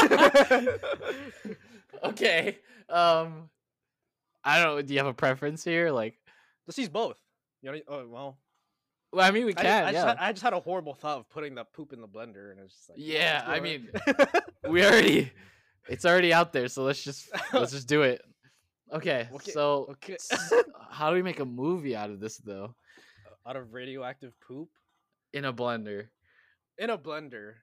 [SPEAKER 1] okay. Um, I don't know. Do you have a preference here? Like,
[SPEAKER 3] Let's use both. You know, oh well.
[SPEAKER 1] well, I mean, we
[SPEAKER 3] I,
[SPEAKER 1] can.
[SPEAKER 3] ju-
[SPEAKER 1] yeah.
[SPEAKER 3] I, just had, I just had a horrible thought of putting the poop in the blender, and it's just like.
[SPEAKER 1] Yeah, I
[SPEAKER 3] let's do
[SPEAKER 1] we already, it's already out there. So let's just let's just do it. Okay.
[SPEAKER 3] Okay,
[SPEAKER 1] So,
[SPEAKER 3] okay.
[SPEAKER 1] s- how do we make a movie out of this though?
[SPEAKER 3] it. out of radioactive poop
[SPEAKER 1] In a blender?
[SPEAKER 3] in a blender.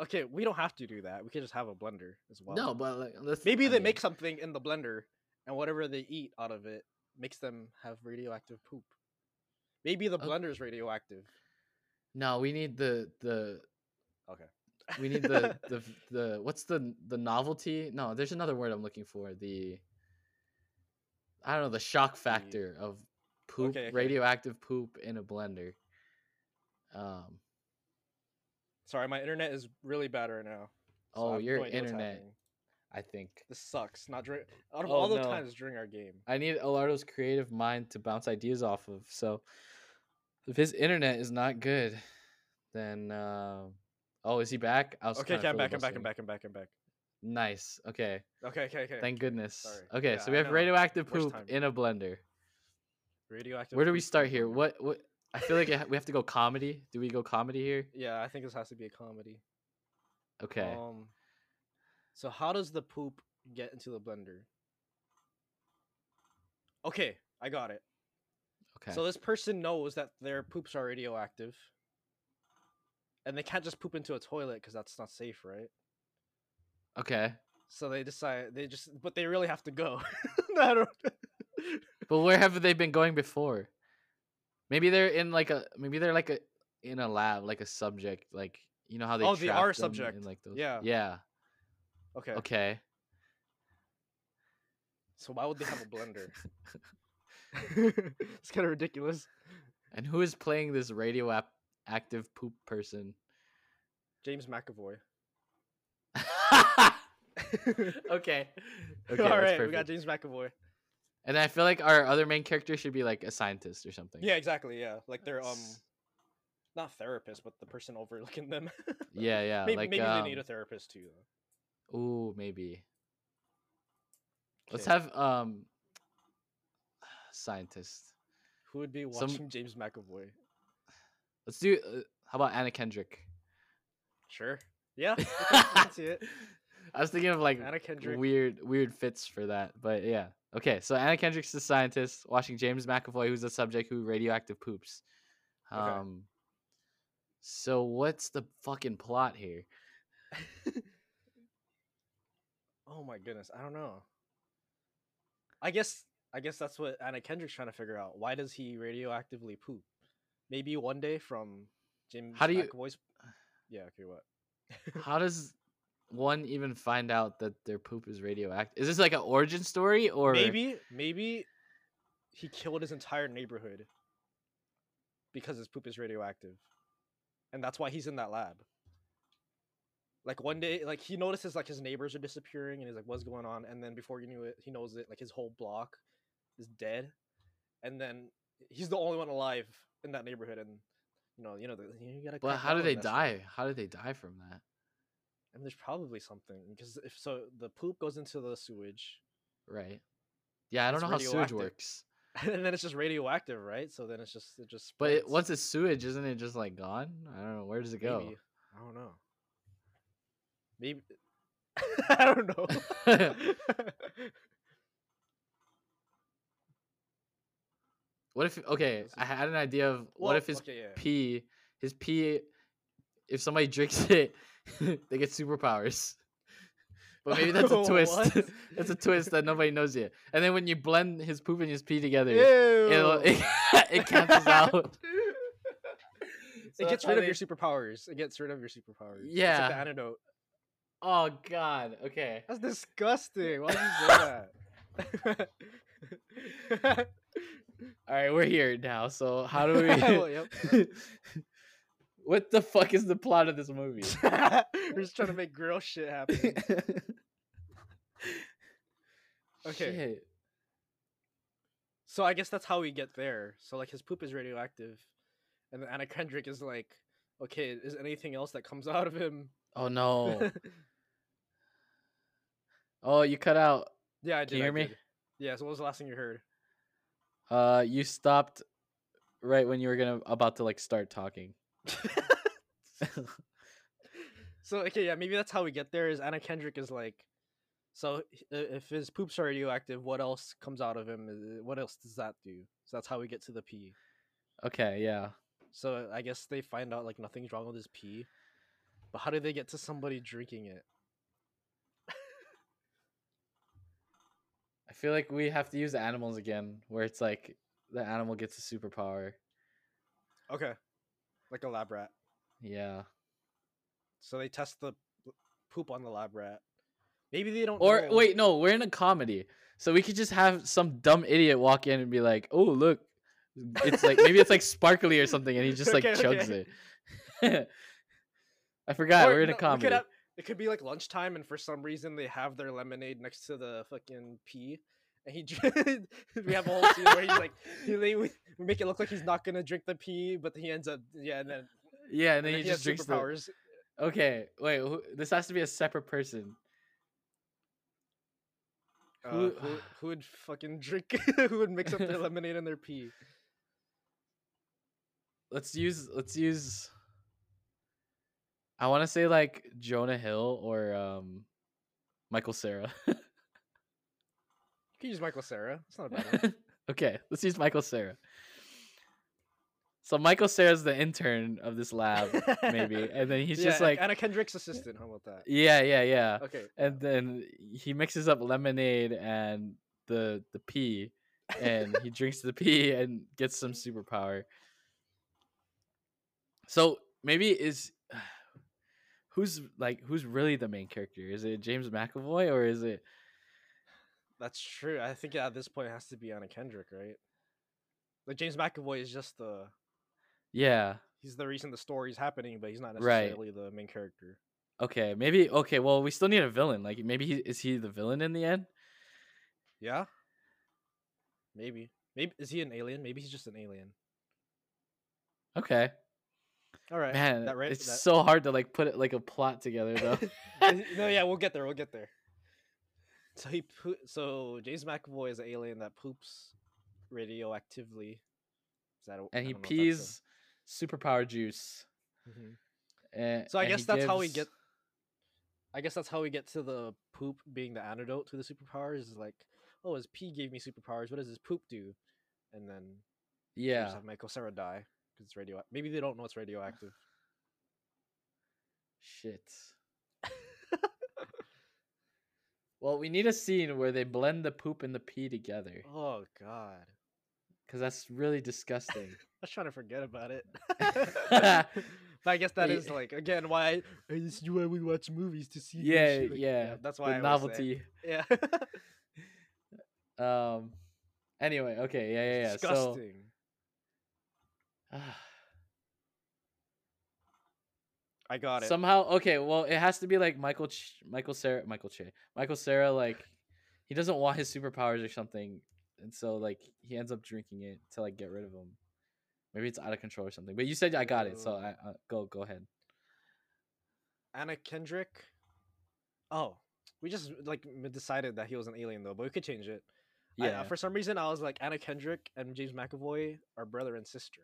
[SPEAKER 3] Okay, we don't have to do that. We can just have a blender as well.
[SPEAKER 1] No, but like, let's,
[SPEAKER 3] Maybe
[SPEAKER 1] I
[SPEAKER 3] they
[SPEAKER 1] mean,
[SPEAKER 3] make something in the blender, and whatever they eat out of it makes them have radioactive poop. Maybe the
[SPEAKER 1] Oh.
[SPEAKER 3] blender's radioactive.
[SPEAKER 1] No, we need the the.
[SPEAKER 3] Okay.
[SPEAKER 1] we need the the the what's the the novelty? No, there's another word I'm looking for. The I don't know the shock factor of poop,
[SPEAKER 3] Okay, okay.
[SPEAKER 1] radioactive poop in a blender. Um.
[SPEAKER 3] Sorry, my internet is really bad right now. so I
[SPEAKER 1] oh,
[SPEAKER 3] have
[SPEAKER 1] your
[SPEAKER 3] no idea what's
[SPEAKER 1] internet.
[SPEAKER 3] happening.
[SPEAKER 1] I think
[SPEAKER 3] This sucks. Not during out of
[SPEAKER 1] Oh,
[SPEAKER 3] all the
[SPEAKER 1] no.
[SPEAKER 3] times during our game.
[SPEAKER 1] I need Alardo's creative mind to bounce ideas off of. So if his internet is not good, then uh, oh, is he back? I was
[SPEAKER 3] Okay,
[SPEAKER 1] kinda
[SPEAKER 3] okay, I'm back, I'm back,
[SPEAKER 1] filibustering.
[SPEAKER 3] I'm back, I'm back, I'm back.
[SPEAKER 1] Nice. Okay.
[SPEAKER 3] Okay, okay, okay.
[SPEAKER 1] Thank goodness.
[SPEAKER 3] Sorry.
[SPEAKER 1] Okay,
[SPEAKER 3] Yeah,
[SPEAKER 1] so we
[SPEAKER 3] I
[SPEAKER 1] have
[SPEAKER 3] know.
[SPEAKER 1] radioactive
[SPEAKER 3] Worst
[SPEAKER 1] poop
[SPEAKER 3] time.
[SPEAKER 1] in a blender.
[SPEAKER 3] Radioactive.
[SPEAKER 1] Where do we
[SPEAKER 3] poop
[SPEAKER 1] start
[SPEAKER 3] in
[SPEAKER 1] here?
[SPEAKER 3] blender.
[SPEAKER 1] What what I feel like it, ha- we have to go comedy. Do we go comedy here?
[SPEAKER 3] Yeah, I think this has to be a comedy.
[SPEAKER 1] Okay.
[SPEAKER 3] Um, so how does the poop get into the blender? Okay, I got it.
[SPEAKER 1] Okay.
[SPEAKER 3] So this person knows that their poops are radioactive, and they can't just poop into a toilet because that's not safe, right?
[SPEAKER 1] okay.
[SPEAKER 3] So they decide they just, but they really have to go. I don't.
[SPEAKER 1] But where have they been going before? Maybe they're in like a maybe they're like a in a lab, like a subject, like you know how they
[SPEAKER 3] Oh, they
[SPEAKER 1] trap
[SPEAKER 3] are
[SPEAKER 1] them
[SPEAKER 3] subject.
[SPEAKER 1] in like those.
[SPEAKER 3] Yeah.
[SPEAKER 1] Yeah.
[SPEAKER 3] Okay.
[SPEAKER 1] Okay.
[SPEAKER 3] So why would they have a blender? it's kind of ridiculous.
[SPEAKER 1] And who is playing this radioactive poop person?
[SPEAKER 3] James McAvoy.
[SPEAKER 1] okay.
[SPEAKER 3] All
[SPEAKER 1] Okay. that's
[SPEAKER 3] right, we got
[SPEAKER 1] perfect.
[SPEAKER 3] James McAvoy.
[SPEAKER 1] And I feel like our other main character should be like a scientist or something.
[SPEAKER 3] Yeah, exactly. Yeah, like they're um,
[SPEAKER 1] S-
[SPEAKER 3] not therapist, but the person overlooking them.
[SPEAKER 1] Yeah, yeah.
[SPEAKER 3] maybe
[SPEAKER 1] like
[SPEAKER 3] maybe
[SPEAKER 1] um,
[SPEAKER 3] they need a therapist too. Though.
[SPEAKER 1] Ooh, maybe. Let's
[SPEAKER 3] Okay.
[SPEAKER 1] have um scientist.
[SPEAKER 3] Who would be
[SPEAKER 1] some-
[SPEAKER 3] watching James McAvoy?
[SPEAKER 1] Let's do uh, how about Anna Kendrick?
[SPEAKER 3] Sure. Yeah. okay, I can see it.
[SPEAKER 1] I was thinking of like
[SPEAKER 3] Anna Kendrick.
[SPEAKER 1] weird weird fits for that, but yeah. Okay, so Anna Kendrick's the scientist watching James McAvoy, who's the subject who radioactive poops.
[SPEAKER 3] Okay.
[SPEAKER 1] Um, so what's the fucking plot here?
[SPEAKER 3] oh my goodness, I don't know. I guess I guess that's what Anna Kendrick's trying to figure out. Why does he radioactively poop? Maybe one day from James
[SPEAKER 1] do you-
[SPEAKER 3] McAvoy's. Yeah. Okay. What?
[SPEAKER 1] How does one even find out that their poop is radioactive? Is this like an origin story or
[SPEAKER 3] Maybe maybe he killed his entire neighborhood because his poop is radioactive. And that's why he's in that lab. Like one day, like he notices like his neighbors are disappearing and he's like, what's going on? And then before you knew it, he knows it, like his whole block is dead. And then he's the only one alive in that neighborhood and you know, you know, the, you gotta
[SPEAKER 1] But
[SPEAKER 3] crack
[SPEAKER 1] how do
[SPEAKER 3] down on
[SPEAKER 1] they
[SPEAKER 3] that stuff.
[SPEAKER 1] die? How did they die from that?
[SPEAKER 3] And there's probably something because if so, the poop goes into the sewage,
[SPEAKER 1] Right. Yeah, I don't
[SPEAKER 3] It's
[SPEAKER 1] know how sewage
[SPEAKER 3] radioactive.
[SPEAKER 1] works.
[SPEAKER 3] and then it's just radioactive, right? So then it's just it just.
[SPEAKER 1] But it,
[SPEAKER 3] spreads.
[SPEAKER 1] once it's sewage, isn't it just like gone? I don't know. Where does it go?
[SPEAKER 3] Maybe. I don't know. Maybe I don't know.
[SPEAKER 1] What if okay?
[SPEAKER 3] Does
[SPEAKER 1] I
[SPEAKER 3] it-
[SPEAKER 1] had an idea of what
[SPEAKER 3] Well,
[SPEAKER 1] if his
[SPEAKER 3] okay, yeah, yeah.
[SPEAKER 1] pee, his pee, if somebody drinks it, they get superpowers. But maybe that's a twist.
[SPEAKER 3] What?
[SPEAKER 1] that's a twist that nobody knows yet. And then when you blend his poop and his pee together, it'll,
[SPEAKER 3] Ew.
[SPEAKER 1] it, it cancels out.
[SPEAKER 3] it gets rid of your superpowers. It gets rid of your superpowers. It's like
[SPEAKER 1] Yeah.
[SPEAKER 3] the antidote.
[SPEAKER 1] Oh God. Okay.
[SPEAKER 3] That's disgusting. Why did you say that?
[SPEAKER 1] All right, we're here now. So how do
[SPEAKER 3] Well,
[SPEAKER 1] we?
[SPEAKER 3] yep.
[SPEAKER 1] what the fuck is the plot of this movie?
[SPEAKER 3] We're just trying to make girl shit happen. Okay.
[SPEAKER 1] Shit.
[SPEAKER 3] So I guess that's how we get there. So like his poop is radioactive, and then Anna Kendrick is like, okay, is anything else that comes out of him?
[SPEAKER 1] Oh no. Oh, you cut out.
[SPEAKER 3] yeah, I did.
[SPEAKER 1] Can you
[SPEAKER 3] I
[SPEAKER 1] hear me?
[SPEAKER 3] did. Yeah. So what was the last thing you heard?
[SPEAKER 1] Uh, you stopped right when you were gonna about to like start talking.
[SPEAKER 3] So okay, yeah, maybe that's how we get there. Is Anna Kendrick is like, so h- i- if his poops are radioactive, what else comes out of him? Is- What else does that do? So that's how we get to the pee.
[SPEAKER 1] okay, yeah.
[SPEAKER 3] So I guess they find out like nothing's wrong with his pee, but how do they get to somebody drinking it?
[SPEAKER 1] I feel like we have to use the animals again, where it's like the animal gets a superpower.
[SPEAKER 3] Okay, like a lab rat.
[SPEAKER 1] Yeah.
[SPEAKER 3] So they test the poop on the lab rat. Maybe they don't.
[SPEAKER 1] Or
[SPEAKER 3] know.
[SPEAKER 1] wait, no, we're in a comedy, so we could just have some dumb idiot walk in and be like, "Oh, look, it's like maybe it's like sparkly or something," and he just like
[SPEAKER 3] Okay,
[SPEAKER 1] chugs
[SPEAKER 3] okay.
[SPEAKER 1] it. I forgot
[SPEAKER 3] Or,
[SPEAKER 1] we're in a
[SPEAKER 3] no, we could
[SPEAKER 1] comedy.
[SPEAKER 3] have- it could be like lunchtime, and for some reason they have their lemonade next to the fucking pee, and he. dr- we have a whole scene where he's like, he, they, we we make it look like he's not gonna drink the pee, but he ends up yeah, and then
[SPEAKER 1] yeah, and
[SPEAKER 3] and
[SPEAKER 1] then
[SPEAKER 3] then
[SPEAKER 1] he,
[SPEAKER 3] he
[SPEAKER 1] just
[SPEAKER 3] has
[SPEAKER 1] drinks the.
[SPEAKER 3] superpowers.
[SPEAKER 1] Okay, wait, who, this has to be a separate person.
[SPEAKER 3] Uh,
[SPEAKER 1] Who-
[SPEAKER 3] who, who would fucking drink? who would mix up their lemonade and their pee?
[SPEAKER 1] Let's use. Let's use. I want to say like Jonah Hill or um, Michael Sarah.
[SPEAKER 3] You can use Michael Sarah. It's not a bad. one.
[SPEAKER 1] okay, let's use Michael Sarah. So Michael Sarah's the intern of this lab, maybe, and then he's
[SPEAKER 3] Yeah,
[SPEAKER 1] just like,
[SPEAKER 3] Anna Kendrick's assistant. How about that?
[SPEAKER 1] yeah, yeah, yeah,
[SPEAKER 3] Okay.
[SPEAKER 1] and then he mixes up lemonade and the the pee, and he drinks the pee and gets some superpower. So maybe is who's like who's really the main character? Is it James McAvoy or is it
[SPEAKER 3] That's true. I think at this point it has to be Anna Kendrick, right? Like James McAvoy is just the
[SPEAKER 1] yeah?
[SPEAKER 3] he's the reason the story's happening, but he's not
[SPEAKER 1] Right.
[SPEAKER 3] necessarily the main character.
[SPEAKER 1] Okay, maybe okay, well we still need a villain. Like maybe he is he the villain in the end?
[SPEAKER 3] Yeah. Maybe. Maybe is he an alien? Maybe he's just an alien.
[SPEAKER 1] Okay.
[SPEAKER 3] All right.
[SPEAKER 1] Man,
[SPEAKER 3] that right?
[SPEAKER 1] it's
[SPEAKER 3] that-
[SPEAKER 1] so hard to like put it like a plot together though.
[SPEAKER 3] no, yeah, we'll get there. We'll get there. So he poo- so James McAvoy is an alien that poops radioactively. Is that a, I
[SPEAKER 1] and he
[SPEAKER 3] don't know if that's
[SPEAKER 1] pees superpower juice.
[SPEAKER 3] a- Mhm.
[SPEAKER 1] And,
[SPEAKER 3] So I
[SPEAKER 1] and he
[SPEAKER 3] guess that's how we
[SPEAKER 1] gives-
[SPEAKER 3] get. I guess that's how we get to the poop being the antidote to the superpowers. Is like, oh, his pee gave me superpowers. What does his poop do? And then we
[SPEAKER 1] Yeah.
[SPEAKER 3] just have Michael Sarah die because it's radioactive. Maybe they don't know it's radioactive.
[SPEAKER 1] Shit. well, we need a scene where they blend the poop and the pee together.
[SPEAKER 3] Oh God,
[SPEAKER 1] Because that's really disgusting.
[SPEAKER 3] I was trying to forget about it. but I guess that is like again why I, this is why we watch movies to see. good
[SPEAKER 1] yeah,
[SPEAKER 3] shit, like-
[SPEAKER 1] yeah.
[SPEAKER 3] That's
[SPEAKER 1] the
[SPEAKER 3] why I always
[SPEAKER 1] novelty.
[SPEAKER 3] say it.
[SPEAKER 1] Um. Anyway, okay, yeah,
[SPEAKER 3] Yeah,
[SPEAKER 1] yeah, ah, yeah.
[SPEAKER 3] disgusting.
[SPEAKER 1] So
[SPEAKER 3] I got it.
[SPEAKER 1] somehow, okay, well, it has to be like Michael, Ch- Michael Sarah, Michael Che, Michael Sarah. Like, he doesn't want his superpowers or something, and so like he ends up drinking it to like get rid of them. Maybe it's out of control or something. But you said I got it, so
[SPEAKER 3] Ooh.
[SPEAKER 1] I, uh go go ahead.
[SPEAKER 3] Anna Kendrick. Oh, we just like m- decided that he was an alien though, but we could change it. I- uh,
[SPEAKER 1] Yeah,
[SPEAKER 3] for some reason, I was like Anna Kendrick and James McAvoy are brother and sister.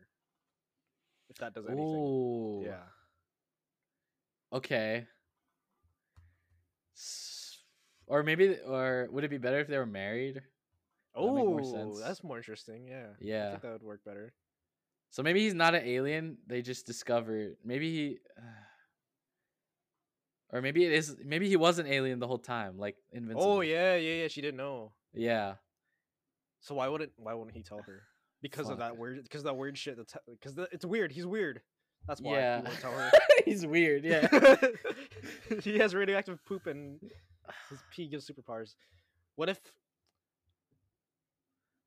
[SPEAKER 3] If that does anything.
[SPEAKER 1] Ooh.
[SPEAKER 3] Yeah.
[SPEAKER 1] Okay. S- Or maybe, or would it be better if they were married? Would that make more
[SPEAKER 3] Oh,
[SPEAKER 1] sense?
[SPEAKER 3] that's more interesting. Yeah. I
[SPEAKER 1] Yeah.
[SPEAKER 3] think that would work better.
[SPEAKER 1] So maybe he's not an alien. They just discovered. Maybe he, or maybe it is. Maybe he was an alien the whole time, like invincible.
[SPEAKER 3] Oh yeah, yeah, yeah. She didn't know.
[SPEAKER 1] yeah,
[SPEAKER 3] So why wouldn't why wouldn't he tell her? Because of that
[SPEAKER 1] Fuck.
[SPEAKER 3] weird because that weird shit. That's because it's weird. He's weird. That's why
[SPEAKER 1] yeah.
[SPEAKER 3] he won't tell her.
[SPEAKER 1] he's weird. Yeah.
[SPEAKER 3] he has radioactive poop and his pee gives superpowers. What if?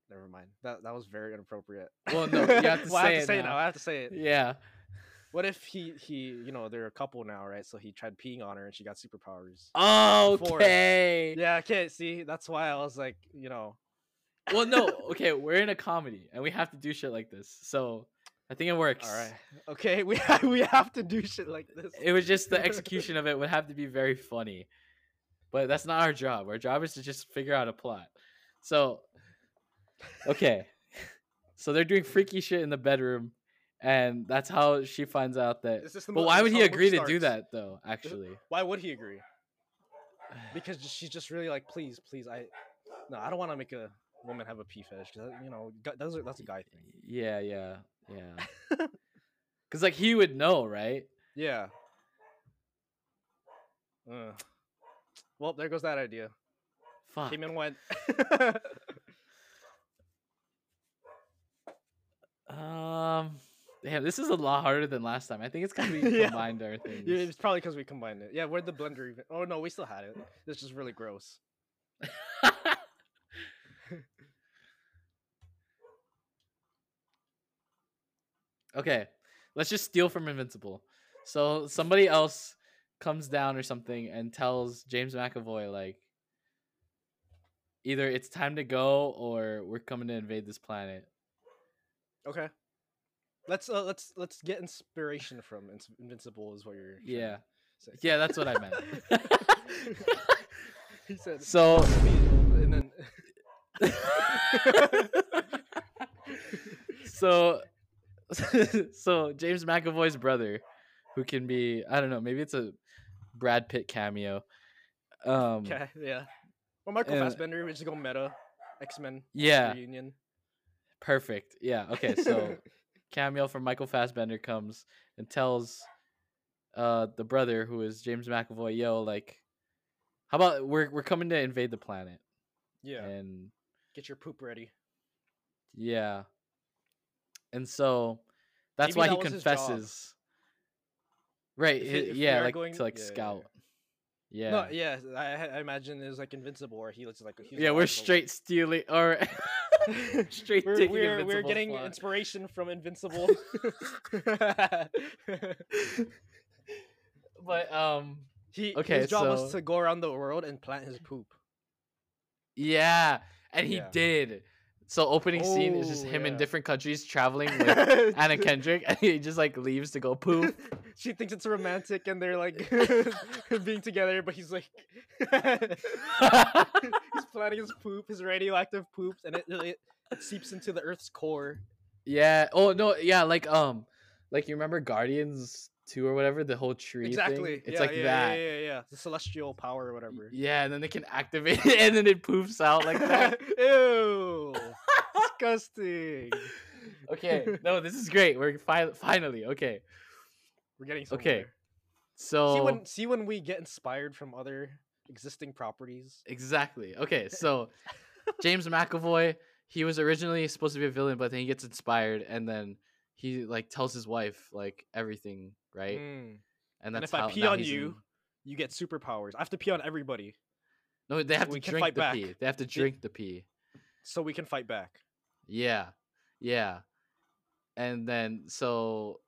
[SPEAKER 3] Never mind. That that was very inappropriate.
[SPEAKER 1] Well, no, you have to
[SPEAKER 3] Well,
[SPEAKER 1] say it
[SPEAKER 3] I have to say it
[SPEAKER 1] now.
[SPEAKER 3] now. I have to say it.
[SPEAKER 1] yeah.
[SPEAKER 3] What if he he you know they're a couple now, right? So he tried peeing on her and she got superpowers.
[SPEAKER 1] Oh,
[SPEAKER 3] Before.
[SPEAKER 1] okay.
[SPEAKER 3] Yeah, I can't see. That's why I was like, you know,
[SPEAKER 1] Well, no. Okay, we're in a comedy, and we have to do shit like this. So I think it works.
[SPEAKER 3] all right, okay, we we have to do shit like this.
[SPEAKER 1] It was just the execution of it would have to be very funny, but that's not our job. Our job is to just figure out a plot. So okay. So they're doing freaky shit in the bedroom, and that's how she finds out that.
[SPEAKER 3] Is this the
[SPEAKER 1] But
[SPEAKER 3] mo-
[SPEAKER 1] why
[SPEAKER 3] is
[SPEAKER 1] would
[SPEAKER 3] how
[SPEAKER 1] he
[SPEAKER 3] the book
[SPEAKER 1] agree to do
[SPEAKER 3] starts?
[SPEAKER 1] that though? Actually,
[SPEAKER 3] Why would he agree? Because j- she's just really like, please, please, I, no, I don't want to make a woman have a pee fetish because you know gu- those are, that's a guy thing.
[SPEAKER 1] yeah, yeah, yeah. Because like he would know, right?
[SPEAKER 3] Yeah. Ugh. Well, there goes that idea.
[SPEAKER 1] Fuck.
[SPEAKER 3] Came and went.
[SPEAKER 1] Um, Damn, this is a lot harder than last time. I think it's because we
[SPEAKER 3] Yeah.
[SPEAKER 1] combined our things.
[SPEAKER 3] Yeah, it's probably because we combined it. Yeah, where'd the blender even? Oh no, we still had it. This is really gross.
[SPEAKER 1] okay, let's just steal from Invincible. So somebody else comes down or something and tells James McAvoy like either it's time to go or we're coming to invade this planet.
[SPEAKER 3] Okay, let's uh, let's let's get inspiration from Ins- Invincible is what you're. trying to
[SPEAKER 1] Yeah.
[SPEAKER 3] say.
[SPEAKER 1] Yeah, that's what I meant.
[SPEAKER 3] he said.
[SPEAKER 1] so
[SPEAKER 3] And then
[SPEAKER 1] so so James McAvoy's brother, who can be I don't know, maybe it's a Brad Pitt cameo. Um
[SPEAKER 3] okay, yeah. Well, Michael
[SPEAKER 1] Uh,
[SPEAKER 3] Fassbender is going meta, X Men
[SPEAKER 1] yeah,
[SPEAKER 3] reunion.
[SPEAKER 1] perfect. Yeah, okay, so cameo from Michael Fassbender comes and tells uh the brother who is James McAvoy, yo, like how about we're we're coming to invade the planet
[SPEAKER 3] yeah,
[SPEAKER 1] and
[SPEAKER 3] get your poop ready.
[SPEAKER 1] Yeah. And so that's why
[SPEAKER 3] Maybe that
[SPEAKER 1] he
[SPEAKER 3] was his job.
[SPEAKER 1] confesses. Right.
[SPEAKER 3] If
[SPEAKER 1] hi-
[SPEAKER 3] it- if we
[SPEAKER 1] yeah,
[SPEAKER 3] are
[SPEAKER 1] like
[SPEAKER 3] going-
[SPEAKER 1] to like
[SPEAKER 3] yeah, yeah, yeah.
[SPEAKER 1] scout. Yeah.
[SPEAKER 3] No,
[SPEAKER 1] yeah.
[SPEAKER 3] yeah, I, I imagine it was like Invincible, where he looks like he's
[SPEAKER 1] we're
[SPEAKER 3] alive for a
[SPEAKER 1] straight stealing or straight
[SPEAKER 3] we're,
[SPEAKER 1] taking
[SPEAKER 3] we're, we're
[SPEAKER 1] Invincible's
[SPEAKER 3] getting
[SPEAKER 1] plot.
[SPEAKER 3] inspiration from Invincible.
[SPEAKER 1] but um
[SPEAKER 3] he,
[SPEAKER 1] Okay,
[SPEAKER 3] his job was
[SPEAKER 1] so-
[SPEAKER 3] to go around the world and plant his poop.
[SPEAKER 1] yeah, and he
[SPEAKER 3] Yeah.
[SPEAKER 1] did. So opening scene is just
[SPEAKER 3] Oh,
[SPEAKER 1] him in
[SPEAKER 3] yeah.
[SPEAKER 1] different countries traveling with Anna Kendrick and he just like leaves to go poop.
[SPEAKER 3] she thinks it's romantic and they're like being together, but he's like he's planting his poop, his radioactive poops, and it, it, it seeps into the Earth's core.
[SPEAKER 1] yeah. Oh no, yeah, like um like you remember Guardians 2 or whatever, the whole tree
[SPEAKER 3] exactly.
[SPEAKER 1] thing? It's
[SPEAKER 3] yeah,
[SPEAKER 1] like
[SPEAKER 3] yeah,
[SPEAKER 1] that.
[SPEAKER 3] Yeah, yeah, yeah. The celestial power or whatever.
[SPEAKER 1] Yeah, and then they can activate it, and then it poofs out like that.
[SPEAKER 3] Ew. Disgusting.
[SPEAKER 1] okay, no, this is great. We're fi- finally okay.
[SPEAKER 3] We're getting somewhere.
[SPEAKER 1] Okay,
[SPEAKER 3] See
[SPEAKER 1] So
[SPEAKER 3] when see when we get inspired from other existing properties.
[SPEAKER 1] exactly. Okay, so James McAvoy, he was originally supposed to be a villain, but then he gets inspired, and then he like tells his wife like everything, right?
[SPEAKER 3] Mm.
[SPEAKER 1] And
[SPEAKER 3] And
[SPEAKER 1] that's
[SPEAKER 3] if I
[SPEAKER 1] how
[SPEAKER 3] pee
[SPEAKER 1] now
[SPEAKER 3] on
[SPEAKER 1] he's
[SPEAKER 3] you,
[SPEAKER 1] in-
[SPEAKER 3] You get superpowers. I have to pee on everybody
[SPEAKER 1] No, they have to
[SPEAKER 3] we can
[SPEAKER 1] drink
[SPEAKER 3] fight
[SPEAKER 1] the
[SPEAKER 3] back.
[SPEAKER 1] pee. They have to drink the pee.
[SPEAKER 3] so we can fight back.
[SPEAKER 1] Yeah. Yeah. And then so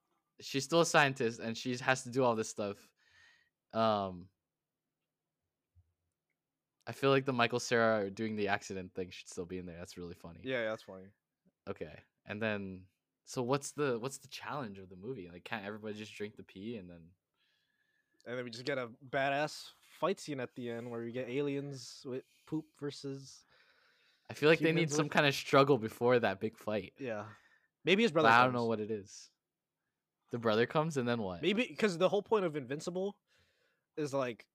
[SPEAKER 1] she's still a scientist and she has to do all this stuff. Um I feel like the Michael Sarah doing the accident thing should still be in there. That's really funny.
[SPEAKER 3] Yeah, yeah, that's funny.
[SPEAKER 1] Okay. And then so what's the what's the challenge of the movie? Like can't everybody just drink the pee and then
[SPEAKER 3] And then we just get a badass fight scene at the end where we get aliens with poop versus
[SPEAKER 1] I feel like they need
[SPEAKER 3] Humans
[SPEAKER 1] some
[SPEAKER 3] with-
[SPEAKER 1] kind of struggle before that big fight.
[SPEAKER 3] yeah. Maybe his brother.
[SPEAKER 1] But I don't
[SPEAKER 3] comes.
[SPEAKER 1] know what it is. The brother comes and then what?
[SPEAKER 3] Maybe because the whole point of Invincible is like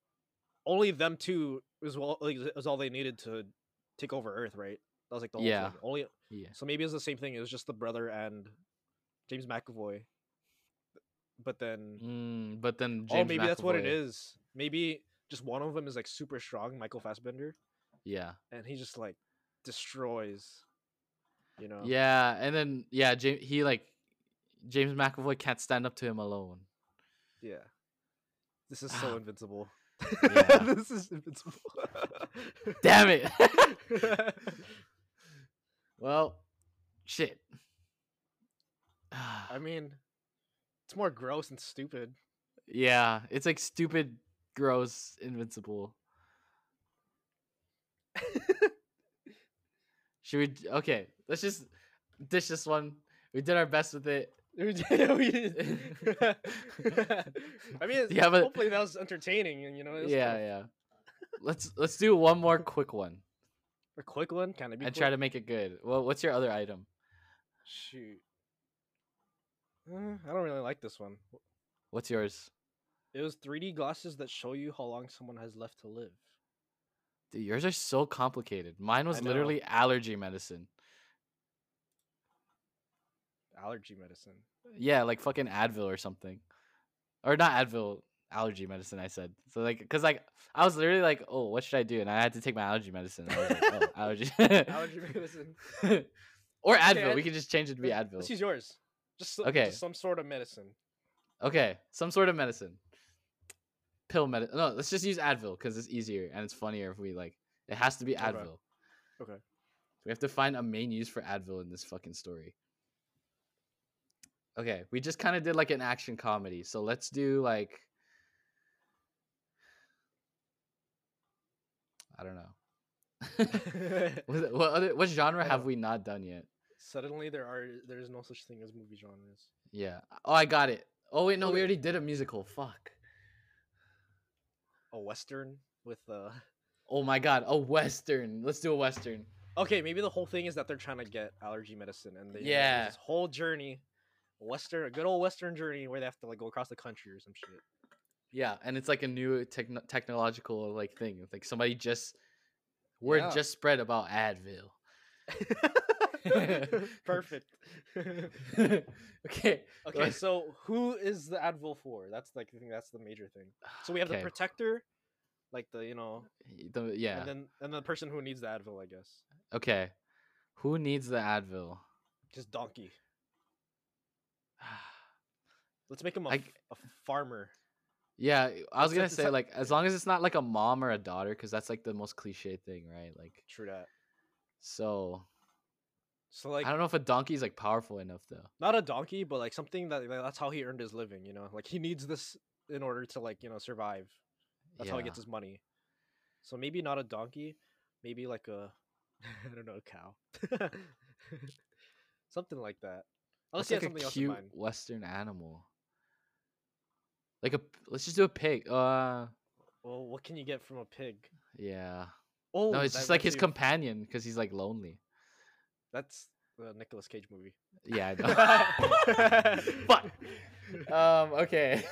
[SPEAKER 3] only them two is all like, is all they needed to take over Earth, right? That was like the whole
[SPEAKER 1] Yeah.
[SPEAKER 3] thing. Only
[SPEAKER 1] Yeah.
[SPEAKER 3] so maybe it's the same thing. It was just the brother and James McAvoy, but then
[SPEAKER 1] Mm, but then James
[SPEAKER 3] oh maybe that's what it
[SPEAKER 1] McAvoy-
[SPEAKER 3] is. Maybe just one of them is like super strong, Michael Fassbender,
[SPEAKER 1] Yeah.
[SPEAKER 3] and he just like destroys. You know.
[SPEAKER 1] Yeah, and then yeah, James, he like James McAvoy can't stand up to him alone.
[SPEAKER 3] Yeah. This is so
[SPEAKER 1] Ah.
[SPEAKER 3] invincible.
[SPEAKER 1] Yeah.
[SPEAKER 3] this is invincible.
[SPEAKER 1] Damn it. well, shit.
[SPEAKER 3] I mean, it's more gross and stupid.
[SPEAKER 1] yeah, it's like stupid, gross, invincible. Should we? d- Okay, let's just dish this one. We did our best with it.
[SPEAKER 3] We did- we did. I mean,
[SPEAKER 1] Yeah, but-
[SPEAKER 3] hopefully that was entertaining, and you know, it was kind
[SPEAKER 1] yeah,
[SPEAKER 3] of
[SPEAKER 1] yeah. Let's let's do one more quick one
[SPEAKER 3] a quick one, kind of.
[SPEAKER 1] and try to make it good. Well, what's your other item?
[SPEAKER 3] shoot. Uh, I don't really like this one.
[SPEAKER 1] What's yours?
[SPEAKER 3] It was 3D glasses that show you how long someone has left to live.
[SPEAKER 1] Dude, yours are so complicated. Mine was
[SPEAKER 3] know.
[SPEAKER 1] literally allergy medicine.
[SPEAKER 3] Allergy medicine.
[SPEAKER 1] Yeah, like fucking Advil or something, or not Advil, allergy medicine. I said so like because like I was literally like, oh, what should I do? And I had to take my allergy medicine. and I was like, oh, allergy,
[SPEAKER 3] Allergy medicine.
[SPEAKER 1] or Advil.
[SPEAKER 3] Okay,
[SPEAKER 1] we
[SPEAKER 3] Ad-
[SPEAKER 1] can just change it to be
[SPEAKER 3] Let's-
[SPEAKER 1] Advil.
[SPEAKER 3] Let's use yours. Just so-
[SPEAKER 1] Okay.
[SPEAKER 3] just some sort of medicine.
[SPEAKER 1] Okay, some sort of medicine. Pill medicine. No, let's just use Advil because it's easier and it's funnier if we like. It has to be
[SPEAKER 3] Okay.
[SPEAKER 1] Advil.
[SPEAKER 3] Okay.
[SPEAKER 1] We have to find a main use for Advil in this fucking story. Okay, we just kind of did like an action comedy, so let's do like. I don't know. what, what, other, what genre
[SPEAKER 3] I
[SPEAKER 1] have
[SPEAKER 3] know.
[SPEAKER 1] we not done yet?
[SPEAKER 3] Suddenly, there are there is no such thing as movie genres.
[SPEAKER 1] Yeah. Oh, I got it. Oh wait, no,
[SPEAKER 3] Oh,
[SPEAKER 1] we
[SPEAKER 3] wait.
[SPEAKER 1] already did a musical. Fuck.
[SPEAKER 3] A western with uh
[SPEAKER 1] Oh my god, a western. Let's do a western.
[SPEAKER 3] Okay, maybe the whole thing is that they're trying to get allergy medicine, and they
[SPEAKER 1] Yeah.
[SPEAKER 3] yeah, this whole journey, western, a good old western journey where they have to like go across the country or some shit.
[SPEAKER 1] Yeah, and it's like a new techno- technological like thing. It's like somebody just word
[SPEAKER 2] Yeah.
[SPEAKER 1] just spread about Advil.
[SPEAKER 3] Perfect.
[SPEAKER 1] okay.
[SPEAKER 3] okay, so who is the Advil for? That's like I think that's the major thing. So we have the
[SPEAKER 1] Okay. protector.
[SPEAKER 3] protector, like the you know,
[SPEAKER 1] yeah.
[SPEAKER 3] and then and the person who needs the Advil, I guess,
[SPEAKER 1] okay. Who needs the Advil?
[SPEAKER 3] just donkey. Let's make him a
[SPEAKER 1] I-
[SPEAKER 3] f- a farmer.
[SPEAKER 1] yeah, I was gonna
[SPEAKER 3] It's like- it's
[SPEAKER 1] say
[SPEAKER 3] like-
[SPEAKER 1] like as long as it's not like a mom or a daughter, because that's like the most cliche thing, right? Like
[SPEAKER 3] True that.
[SPEAKER 1] so.
[SPEAKER 3] So like
[SPEAKER 1] I don't know if a donkey's like powerful enough though.
[SPEAKER 3] not a donkey, but like something that like, that's how he earned his living. You know, like he needs this in order to like you know survive. That's how he
[SPEAKER 1] Yeah.
[SPEAKER 3] gets his money. So maybe not a donkey, maybe like a I don't know a cow, something like that.
[SPEAKER 1] What's,
[SPEAKER 3] Unless he had
[SPEAKER 1] like
[SPEAKER 3] something
[SPEAKER 1] a
[SPEAKER 3] else in
[SPEAKER 1] cute
[SPEAKER 3] mind.
[SPEAKER 1] Western animal. Like a p- let's just do a pig. Uh,
[SPEAKER 3] Well, what can you get from a pig?
[SPEAKER 1] yeah.
[SPEAKER 3] Oh,
[SPEAKER 1] no, it's
[SPEAKER 3] that
[SPEAKER 1] just like his
[SPEAKER 3] reminds me of-
[SPEAKER 1] companion because he's like lonely.
[SPEAKER 3] That's the Nicolas Cage movie.
[SPEAKER 1] Yeah, I know. Fuck. Um. Okay.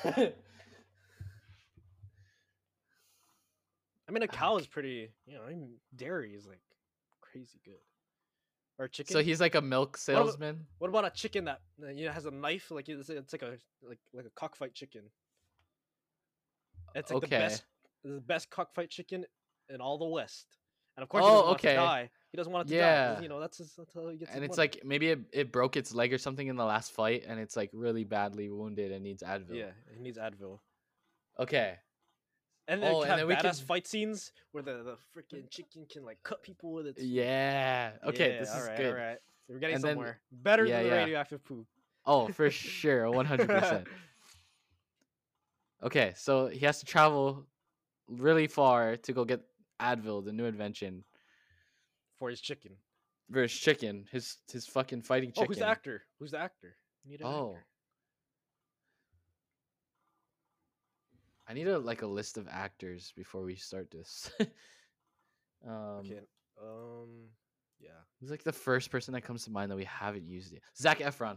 [SPEAKER 3] I mean, a cow is pretty. You know, I mean, dairy is like crazy good. Or chicken.
[SPEAKER 1] so he's like a milk
[SPEAKER 3] about-
[SPEAKER 1] salesman.
[SPEAKER 3] What about a chicken that uh, you know has a knife? Like it's, it's like a like like a cockfight chicken. It's like the
[SPEAKER 1] Okay.
[SPEAKER 3] best the best cockfight chicken in all the West. And of course,
[SPEAKER 1] Oh,
[SPEAKER 3] he doesn't
[SPEAKER 1] okay.
[SPEAKER 3] want it to die. He doesn't want it to die. 'cause,
[SPEAKER 1] Yeah.
[SPEAKER 3] You know that's, his, that's how he gets. his
[SPEAKER 1] And it's
[SPEAKER 3] money.
[SPEAKER 1] like maybe it, it broke its leg or something in the last fight, and it's like really badly wounded and needs Advil.
[SPEAKER 3] yeah, he needs Advil.
[SPEAKER 1] Okay.
[SPEAKER 3] And then,
[SPEAKER 1] Oh,
[SPEAKER 3] we
[SPEAKER 1] and
[SPEAKER 3] have
[SPEAKER 1] then we
[SPEAKER 3] badass
[SPEAKER 1] can-
[SPEAKER 3] fight scenes where the the freaking chicken can like cut people with its.
[SPEAKER 1] Yeah. Okay.
[SPEAKER 3] Yeah,
[SPEAKER 1] this is
[SPEAKER 3] alright,
[SPEAKER 1] good.
[SPEAKER 3] alright. We're getting
[SPEAKER 1] And then-
[SPEAKER 3] somewhere better
[SPEAKER 1] yeah,
[SPEAKER 3] than the
[SPEAKER 1] yeah.
[SPEAKER 3] radioactive poop.
[SPEAKER 1] Oh, for sure, one hundred percent. Okay, so he has to travel really far to go get Advil, the new invention,
[SPEAKER 3] for his chicken.
[SPEAKER 1] versus chicken, his his fucking fighting chicken.
[SPEAKER 3] Oh, who's the actor? Who's the actor? We need an
[SPEAKER 1] Oh.
[SPEAKER 3] actor.
[SPEAKER 1] I need a like a list of actors before we start this. um,
[SPEAKER 3] Okay. Um. Yeah.
[SPEAKER 1] who's like the first person that comes to mind that we haven't used yet? Zach Efron.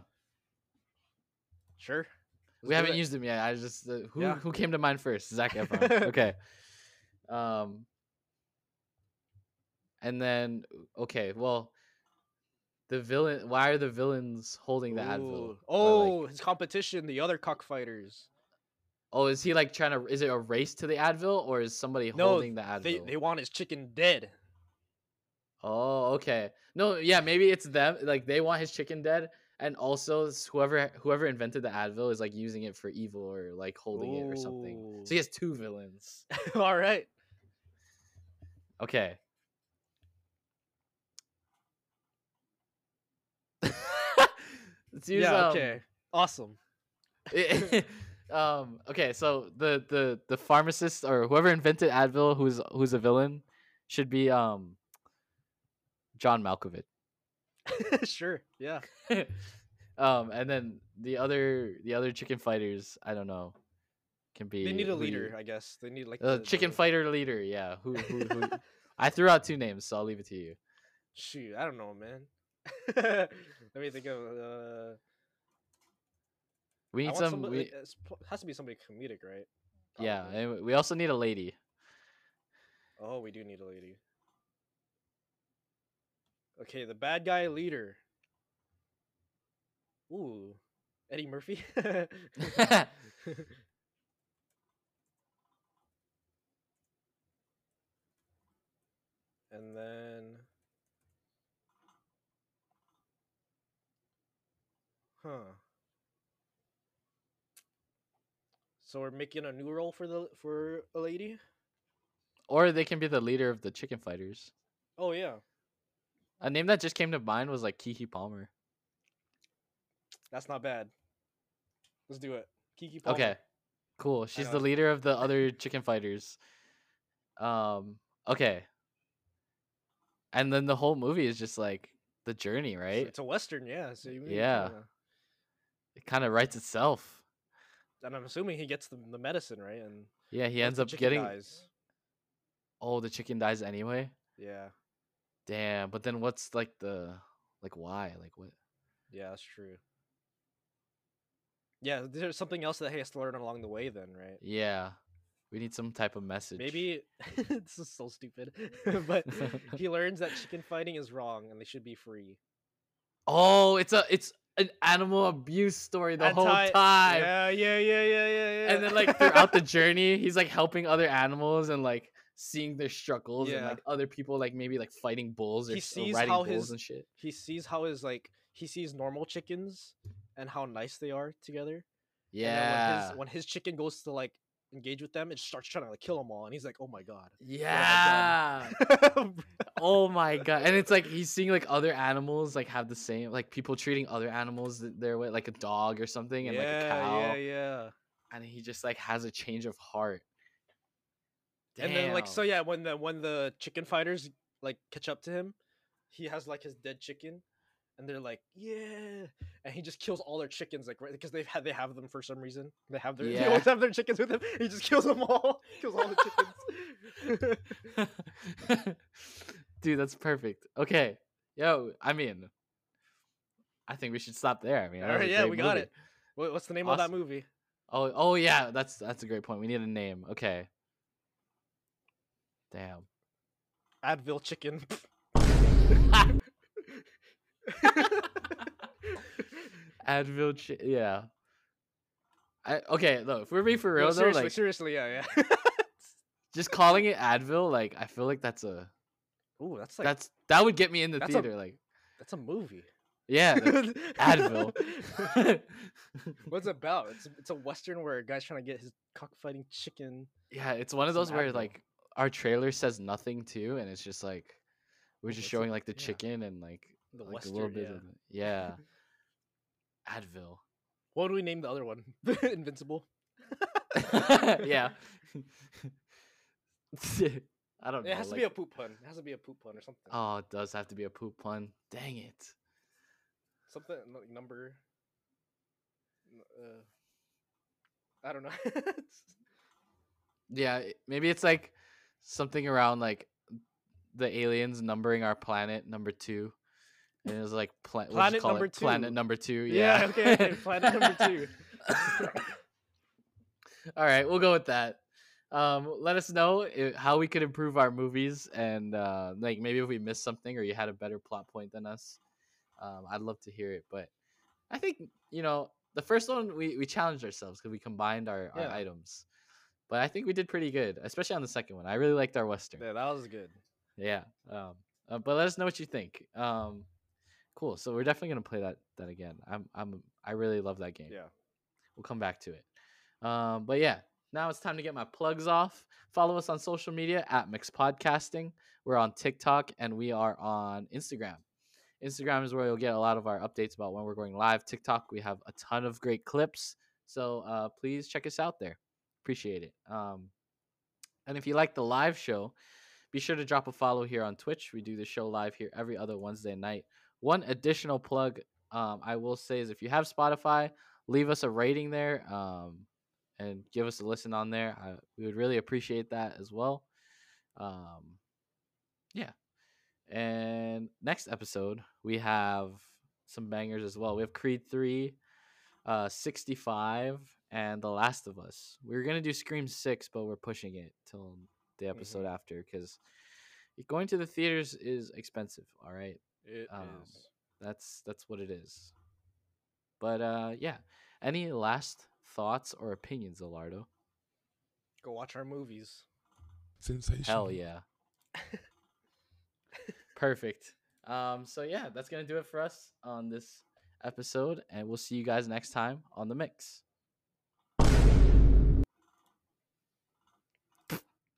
[SPEAKER 3] Sure.
[SPEAKER 1] we haven't used him yet. I just uh, who
[SPEAKER 3] Yeah.
[SPEAKER 1] who came to mind first? Zach Efron. okay. Um. And then okay, well, the villain. Why are the villains holding the Advil? Or,
[SPEAKER 3] Oh,
[SPEAKER 1] like-
[SPEAKER 3] his competition, the other cockfighters.
[SPEAKER 1] oh, is he like trying to? Is it a race to the Advil, or is somebody
[SPEAKER 3] No,
[SPEAKER 1] holding the Advil?
[SPEAKER 3] They they want his chicken dead.
[SPEAKER 1] Oh, okay. No, yeah, maybe it's them. Like they want his chicken dead, and also s- whoever whoever invented the Advil is like using it for evil or like holding it or something. So he has two villains.
[SPEAKER 3] Ooh. All right.
[SPEAKER 1] Okay. Let's use
[SPEAKER 3] yeah.
[SPEAKER 1] um,
[SPEAKER 3] okay. Awesome.
[SPEAKER 1] um okay, so the the the pharmacist or whoever invented Advil who's who's a villain should be um John Malkovich.
[SPEAKER 3] sure. Yeah.
[SPEAKER 1] um, and then the other the other chicken fighters, I don't know, can be
[SPEAKER 3] They need a
[SPEAKER 1] who
[SPEAKER 3] leader,
[SPEAKER 1] you-
[SPEAKER 3] I guess. They need like
[SPEAKER 1] Uh,
[SPEAKER 3] the-
[SPEAKER 1] chicken
[SPEAKER 3] the-
[SPEAKER 1] fighter leader, yeah. Who, who, who? I threw out two names, so I'll leave it to you.
[SPEAKER 3] Shoot, I don't know, man. Let me think of. Uh,
[SPEAKER 1] We need
[SPEAKER 3] I want
[SPEAKER 1] some.
[SPEAKER 3] somebody, uh,
[SPEAKER 1] we,
[SPEAKER 3] like, it's po- has to be somebody comedic, right?
[SPEAKER 1] yeah, eh
[SPEAKER 3] Probably.
[SPEAKER 1] and we also need a lady.
[SPEAKER 3] Oh, we do need a lady. Okay, the bad guy leader. Ooh, Eddie Murphy. and then, huh? So we're making a new role for the for a lady.
[SPEAKER 1] Or they can be the leader of the chicken fighters.
[SPEAKER 3] Oh yeah,
[SPEAKER 1] A name that just came to mind was like Kiki Palmer.
[SPEAKER 3] that's not bad. Let's do it. Kiki. Palmer.
[SPEAKER 1] Okay. Cool. She's
[SPEAKER 3] know
[SPEAKER 1] the
[SPEAKER 3] it.
[SPEAKER 1] leader of the other chicken fighters. Um, okay. And then the whole movie is just like the journey,
[SPEAKER 3] So
[SPEAKER 1] right?
[SPEAKER 3] it's a western, yeah. So you uh,
[SPEAKER 1] Yeah.
[SPEAKER 3] kinda-
[SPEAKER 1] It kind of writes itself.
[SPEAKER 3] and I'm assuming he gets the, the medicine right, and
[SPEAKER 1] Yeah, he
[SPEAKER 3] what if
[SPEAKER 1] ends
[SPEAKER 3] the
[SPEAKER 1] up
[SPEAKER 3] chicken
[SPEAKER 1] getting
[SPEAKER 3] dies?
[SPEAKER 1] oh, the chicken dies anyway.
[SPEAKER 3] Yeah,
[SPEAKER 1] Damn, but then what's like the like why? Like what?
[SPEAKER 3] yeah, that's true. Yeah, there's something else that he has to learn along the way, then, right?
[SPEAKER 1] Yeah. We need some type of message.
[SPEAKER 3] Maybe this is so stupid, but he learns that chicken fighting is wrong and they should be free.
[SPEAKER 1] Oh, it's a it's an animal abuse story the whole
[SPEAKER 3] Anti-
[SPEAKER 1] time.
[SPEAKER 3] Yeah, yeah, yeah, yeah, yeah, yeah.
[SPEAKER 1] and then like throughout the journey he's like helping other animals and like seeing their struggles and
[SPEAKER 3] Yeah.
[SPEAKER 1] like other people like maybe like fighting bulls or,
[SPEAKER 3] He
[SPEAKER 1] s- or
[SPEAKER 3] sees
[SPEAKER 1] riding
[SPEAKER 3] how
[SPEAKER 1] bulls
[SPEAKER 3] his-
[SPEAKER 1] and shit
[SPEAKER 3] he sees how his like he sees normal chickens and how nice they are together. And then when
[SPEAKER 1] yeah
[SPEAKER 3] his, when his chicken goes to like engage with them, it starts trying to like, kill them all, and he's like, "Oh my god."
[SPEAKER 1] yeah oh my god and it's like he's seeing like other animals like have the same like people treating other animals th- their way like a dog or something and like a cow
[SPEAKER 3] yeah, yeah.
[SPEAKER 1] and he just like has a change of heart
[SPEAKER 3] And then like so
[SPEAKER 1] Damn.
[SPEAKER 3] yeah, when the when the chicken fighters like catch up to him, he has like his dead chicken, and they're like yeah, and he just kills all their chickens like right because they've had they have them for some reason they have their they
[SPEAKER 1] Yeah.
[SPEAKER 3] always have their chickens with them. He just kills them all, kills all the chickens.
[SPEAKER 1] Dude, that's perfect. Okay. Yo, I mean, I think we should stop there. I mean, that
[SPEAKER 3] all
[SPEAKER 1] was
[SPEAKER 3] right,
[SPEAKER 1] a
[SPEAKER 3] yeah,
[SPEAKER 1] great
[SPEAKER 3] we got
[SPEAKER 1] movie.
[SPEAKER 3] it. What, what's the name of
[SPEAKER 1] Awesome.
[SPEAKER 3] that movie?
[SPEAKER 1] Oh, oh yeah, that's that's a great point. We need a name. Okay. Damn.
[SPEAKER 3] Advil Chicken.
[SPEAKER 1] Advil. Chi- yeah. I, okay, look. If we're being for
[SPEAKER 3] No,
[SPEAKER 1] real though,
[SPEAKER 3] seriously,
[SPEAKER 1] like
[SPEAKER 3] seriously, yeah, yeah.
[SPEAKER 1] just calling it Advil, like I feel like that's a
[SPEAKER 3] Ooh, that's like
[SPEAKER 1] that's that would get me in the
[SPEAKER 3] that's a-
[SPEAKER 1] theater. Like,
[SPEAKER 3] that's a movie.
[SPEAKER 1] yeah, that's Advil.
[SPEAKER 3] What's it about? It's it's a western where a guy's trying to get his cockfighting chicken.
[SPEAKER 1] Yeah, it's one of
[SPEAKER 3] Some
[SPEAKER 1] those where
[SPEAKER 3] Advil.
[SPEAKER 1] like our trailer says nothing too, and it's just like we're
[SPEAKER 3] Oh,
[SPEAKER 1] just
[SPEAKER 3] that's
[SPEAKER 1] showing
[SPEAKER 3] a-
[SPEAKER 1] like the
[SPEAKER 3] yeah.
[SPEAKER 1] chicken and like,
[SPEAKER 3] The
[SPEAKER 1] like,
[SPEAKER 3] western,
[SPEAKER 1] a little bit
[SPEAKER 3] yeah.
[SPEAKER 1] of it. yeah. Advil.
[SPEAKER 3] What do we name the other one? Invincible.
[SPEAKER 1] yeah. I don't know.
[SPEAKER 3] It has to be a
[SPEAKER 1] like-
[SPEAKER 3] poop pun. It has to be a poop pun or something.
[SPEAKER 1] Oh, it does have to be a poop pun. Dang it.
[SPEAKER 3] Something like number. n- Uh, I don't know. It's-
[SPEAKER 1] Yeah, it- maybe it's like something around like the aliens numbering our planet number two. And it was like pla- we'll just
[SPEAKER 3] Planet
[SPEAKER 1] call it
[SPEAKER 3] number
[SPEAKER 1] Planet
[SPEAKER 3] two.
[SPEAKER 1] number two. Yeah.
[SPEAKER 3] yeah. Okay. Okay. Planet number two.
[SPEAKER 1] All right, we'll go with that. Um, let us know i how we could improve our movies, and uh, like maybe if we missed something or you had a better plot point than us. Um, I'd love to hear it, but I think you know the first one we we challenged ourselves because we combined our, our
[SPEAKER 3] Yeah.
[SPEAKER 1] items, but I think we did pretty good, especially on the second one. I really liked our western.
[SPEAKER 3] Yeah, that was good.
[SPEAKER 1] Yeah. Um, uh, but let us know what you think. Um, cool. So we're definitely gonna play that that again. I'm I'm I really love that game.
[SPEAKER 3] Yeah.
[SPEAKER 1] We'll come back to it. Um, but yeah, now it's time to get my plugs off. Follow us on social media at Mix Podcasting. We're on TikTok and we are on Instagram. Instagram is where you'll get a lot of our updates about when we're going live. TikTok, we have a ton of great clips. So uh, please check us out there. Appreciate it. Um, and if you like the live show, be sure to drop a follow here on Twitch. We do the show live here every other Wednesday night. One additional plug um, I will say is if you have Spotify, leave us a rating there um, and give us a listen on there. I, we would really appreciate that as well. Um, yeah. And next episode, we have some bangers as well. We have Creed 3, uh, 65, and The Last of Us. We were going to do Scream 6, but we're pushing it till the episode after because going to the theaters is expensive. All right
[SPEAKER 3] It
[SPEAKER 1] Um,
[SPEAKER 3] is.
[SPEAKER 1] that's that's what it is. But uh yeah. Any last thoughts or opinions, Alardo?
[SPEAKER 3] Go watch our movies.
[SPEAKER 6] Sensational.
[SPEAKER 1] Hell yeah. Perfect. Um so yeah, that's gonna do it for us on this episode, and we'll see you guys next time on the mix.